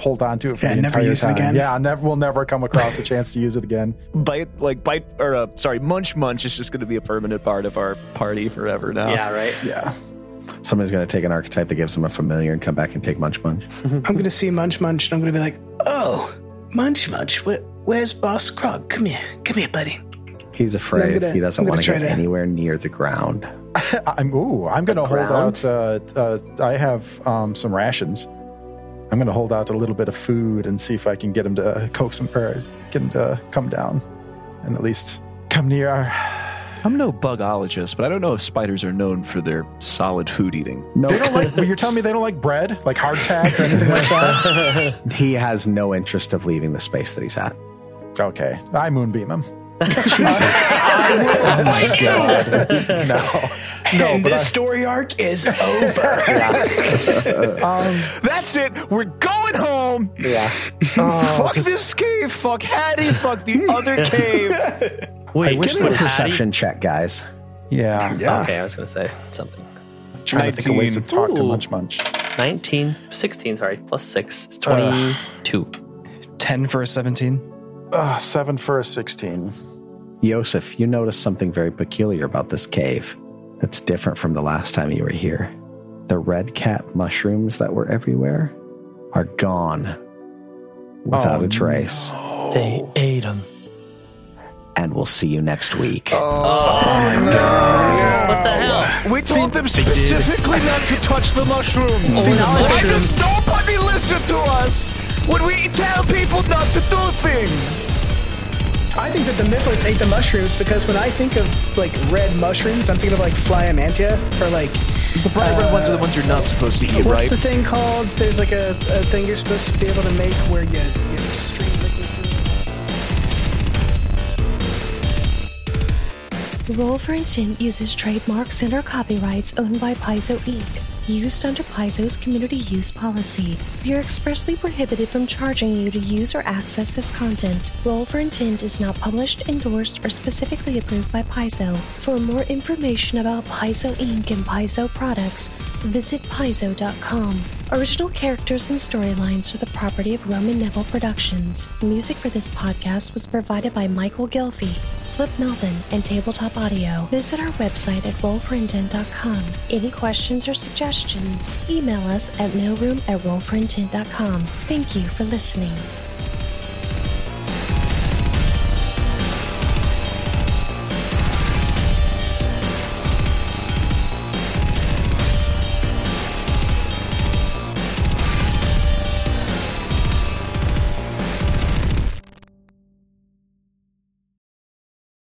hold on to it for Yeah, the never entire use it time. again. Yeah, I never we'll never come across a chance to use it again. Bite like bite or uh, sorry, munch munch is just going to be a permanent part of our party forever now. Yeah, right. Yeah, Somebody's going to take an archetype that gives them a familiar and come back and take Munch Munch. I'm gonna see Munch Munch and I'm gonna be like, oh, Munch Munch, where, where's Boss Krog? Come here, come here, buddy. He's afraid. gonna- he doesn't I'm gonna want to try get to- anywhere near the ground. I'm ooh I'm gonna hold ground? out. Uh, uh, I have um, some rations. I'm gonna hold out a little bit of food and see if I can get him to coax him or get him to come down and at least come near our I'm no bugologist, but I don't know if spiders are known for their solid food eating. No, They don't like. You're telling me they don't like bread, like hardtack or anything like that. he has no interest of leaving the space that he's at. Okay, I moonbeam him. Oh, and this story arc is over. Um, That's it. We're going home. Yeah. Oh, fuck this cave. Fuck Hattie. Fuck the other cave. I Wait, wish can there we was a patty- perception check, guys. yeah, Okay, I was going to say something. trying to think of ways to 19. talk to Ooh. Munch Munch. 19, 16, sorry, plus 6. It's 22. 10 for a 17. Uh, seven for a sixteen. Yosef, you noticed something very peculiar about this cave that's different from the last time you were here. The red cap mushrooms that were everywhere are gone without Oh, a trace. They ate them. And we'll see you next week. Oh, What the hell? Oh, We told them specifically not to touch the mushrooms. Oh, Why does nobody listen to us when we tell people not to do things? I think that the Mifflets ate the mushrooms because when I think of like red mushrooms, I'm thinking of like Flyamantia or like uh, The bright red ones are the ones you're not supposed to eat, what's right? the thing called? There's like a, a thing you're supposed to be able to make where you, you stream liquid through. it. Roll for Intent uses trademarks and or copyrights owned by Paizo Inc. Used under Paizo's community use policy. We are expressly prohibited from charging you to use or access this content. Roll for Intent is not published, endorsed, or specifically approved by Paizo. For more information about Paizo Inc. and Paizo products, visit paizo.com. Original characters and storylines are the property of Roman Neville Productions. Music for this podcast was provided by Michael Gelfie. Flip Melvin, and Tabletop Audio. Visit our website at rollforintent.com. Any questions or suggestions, email us at mailroom at rollforintent.com. Thank you for listening.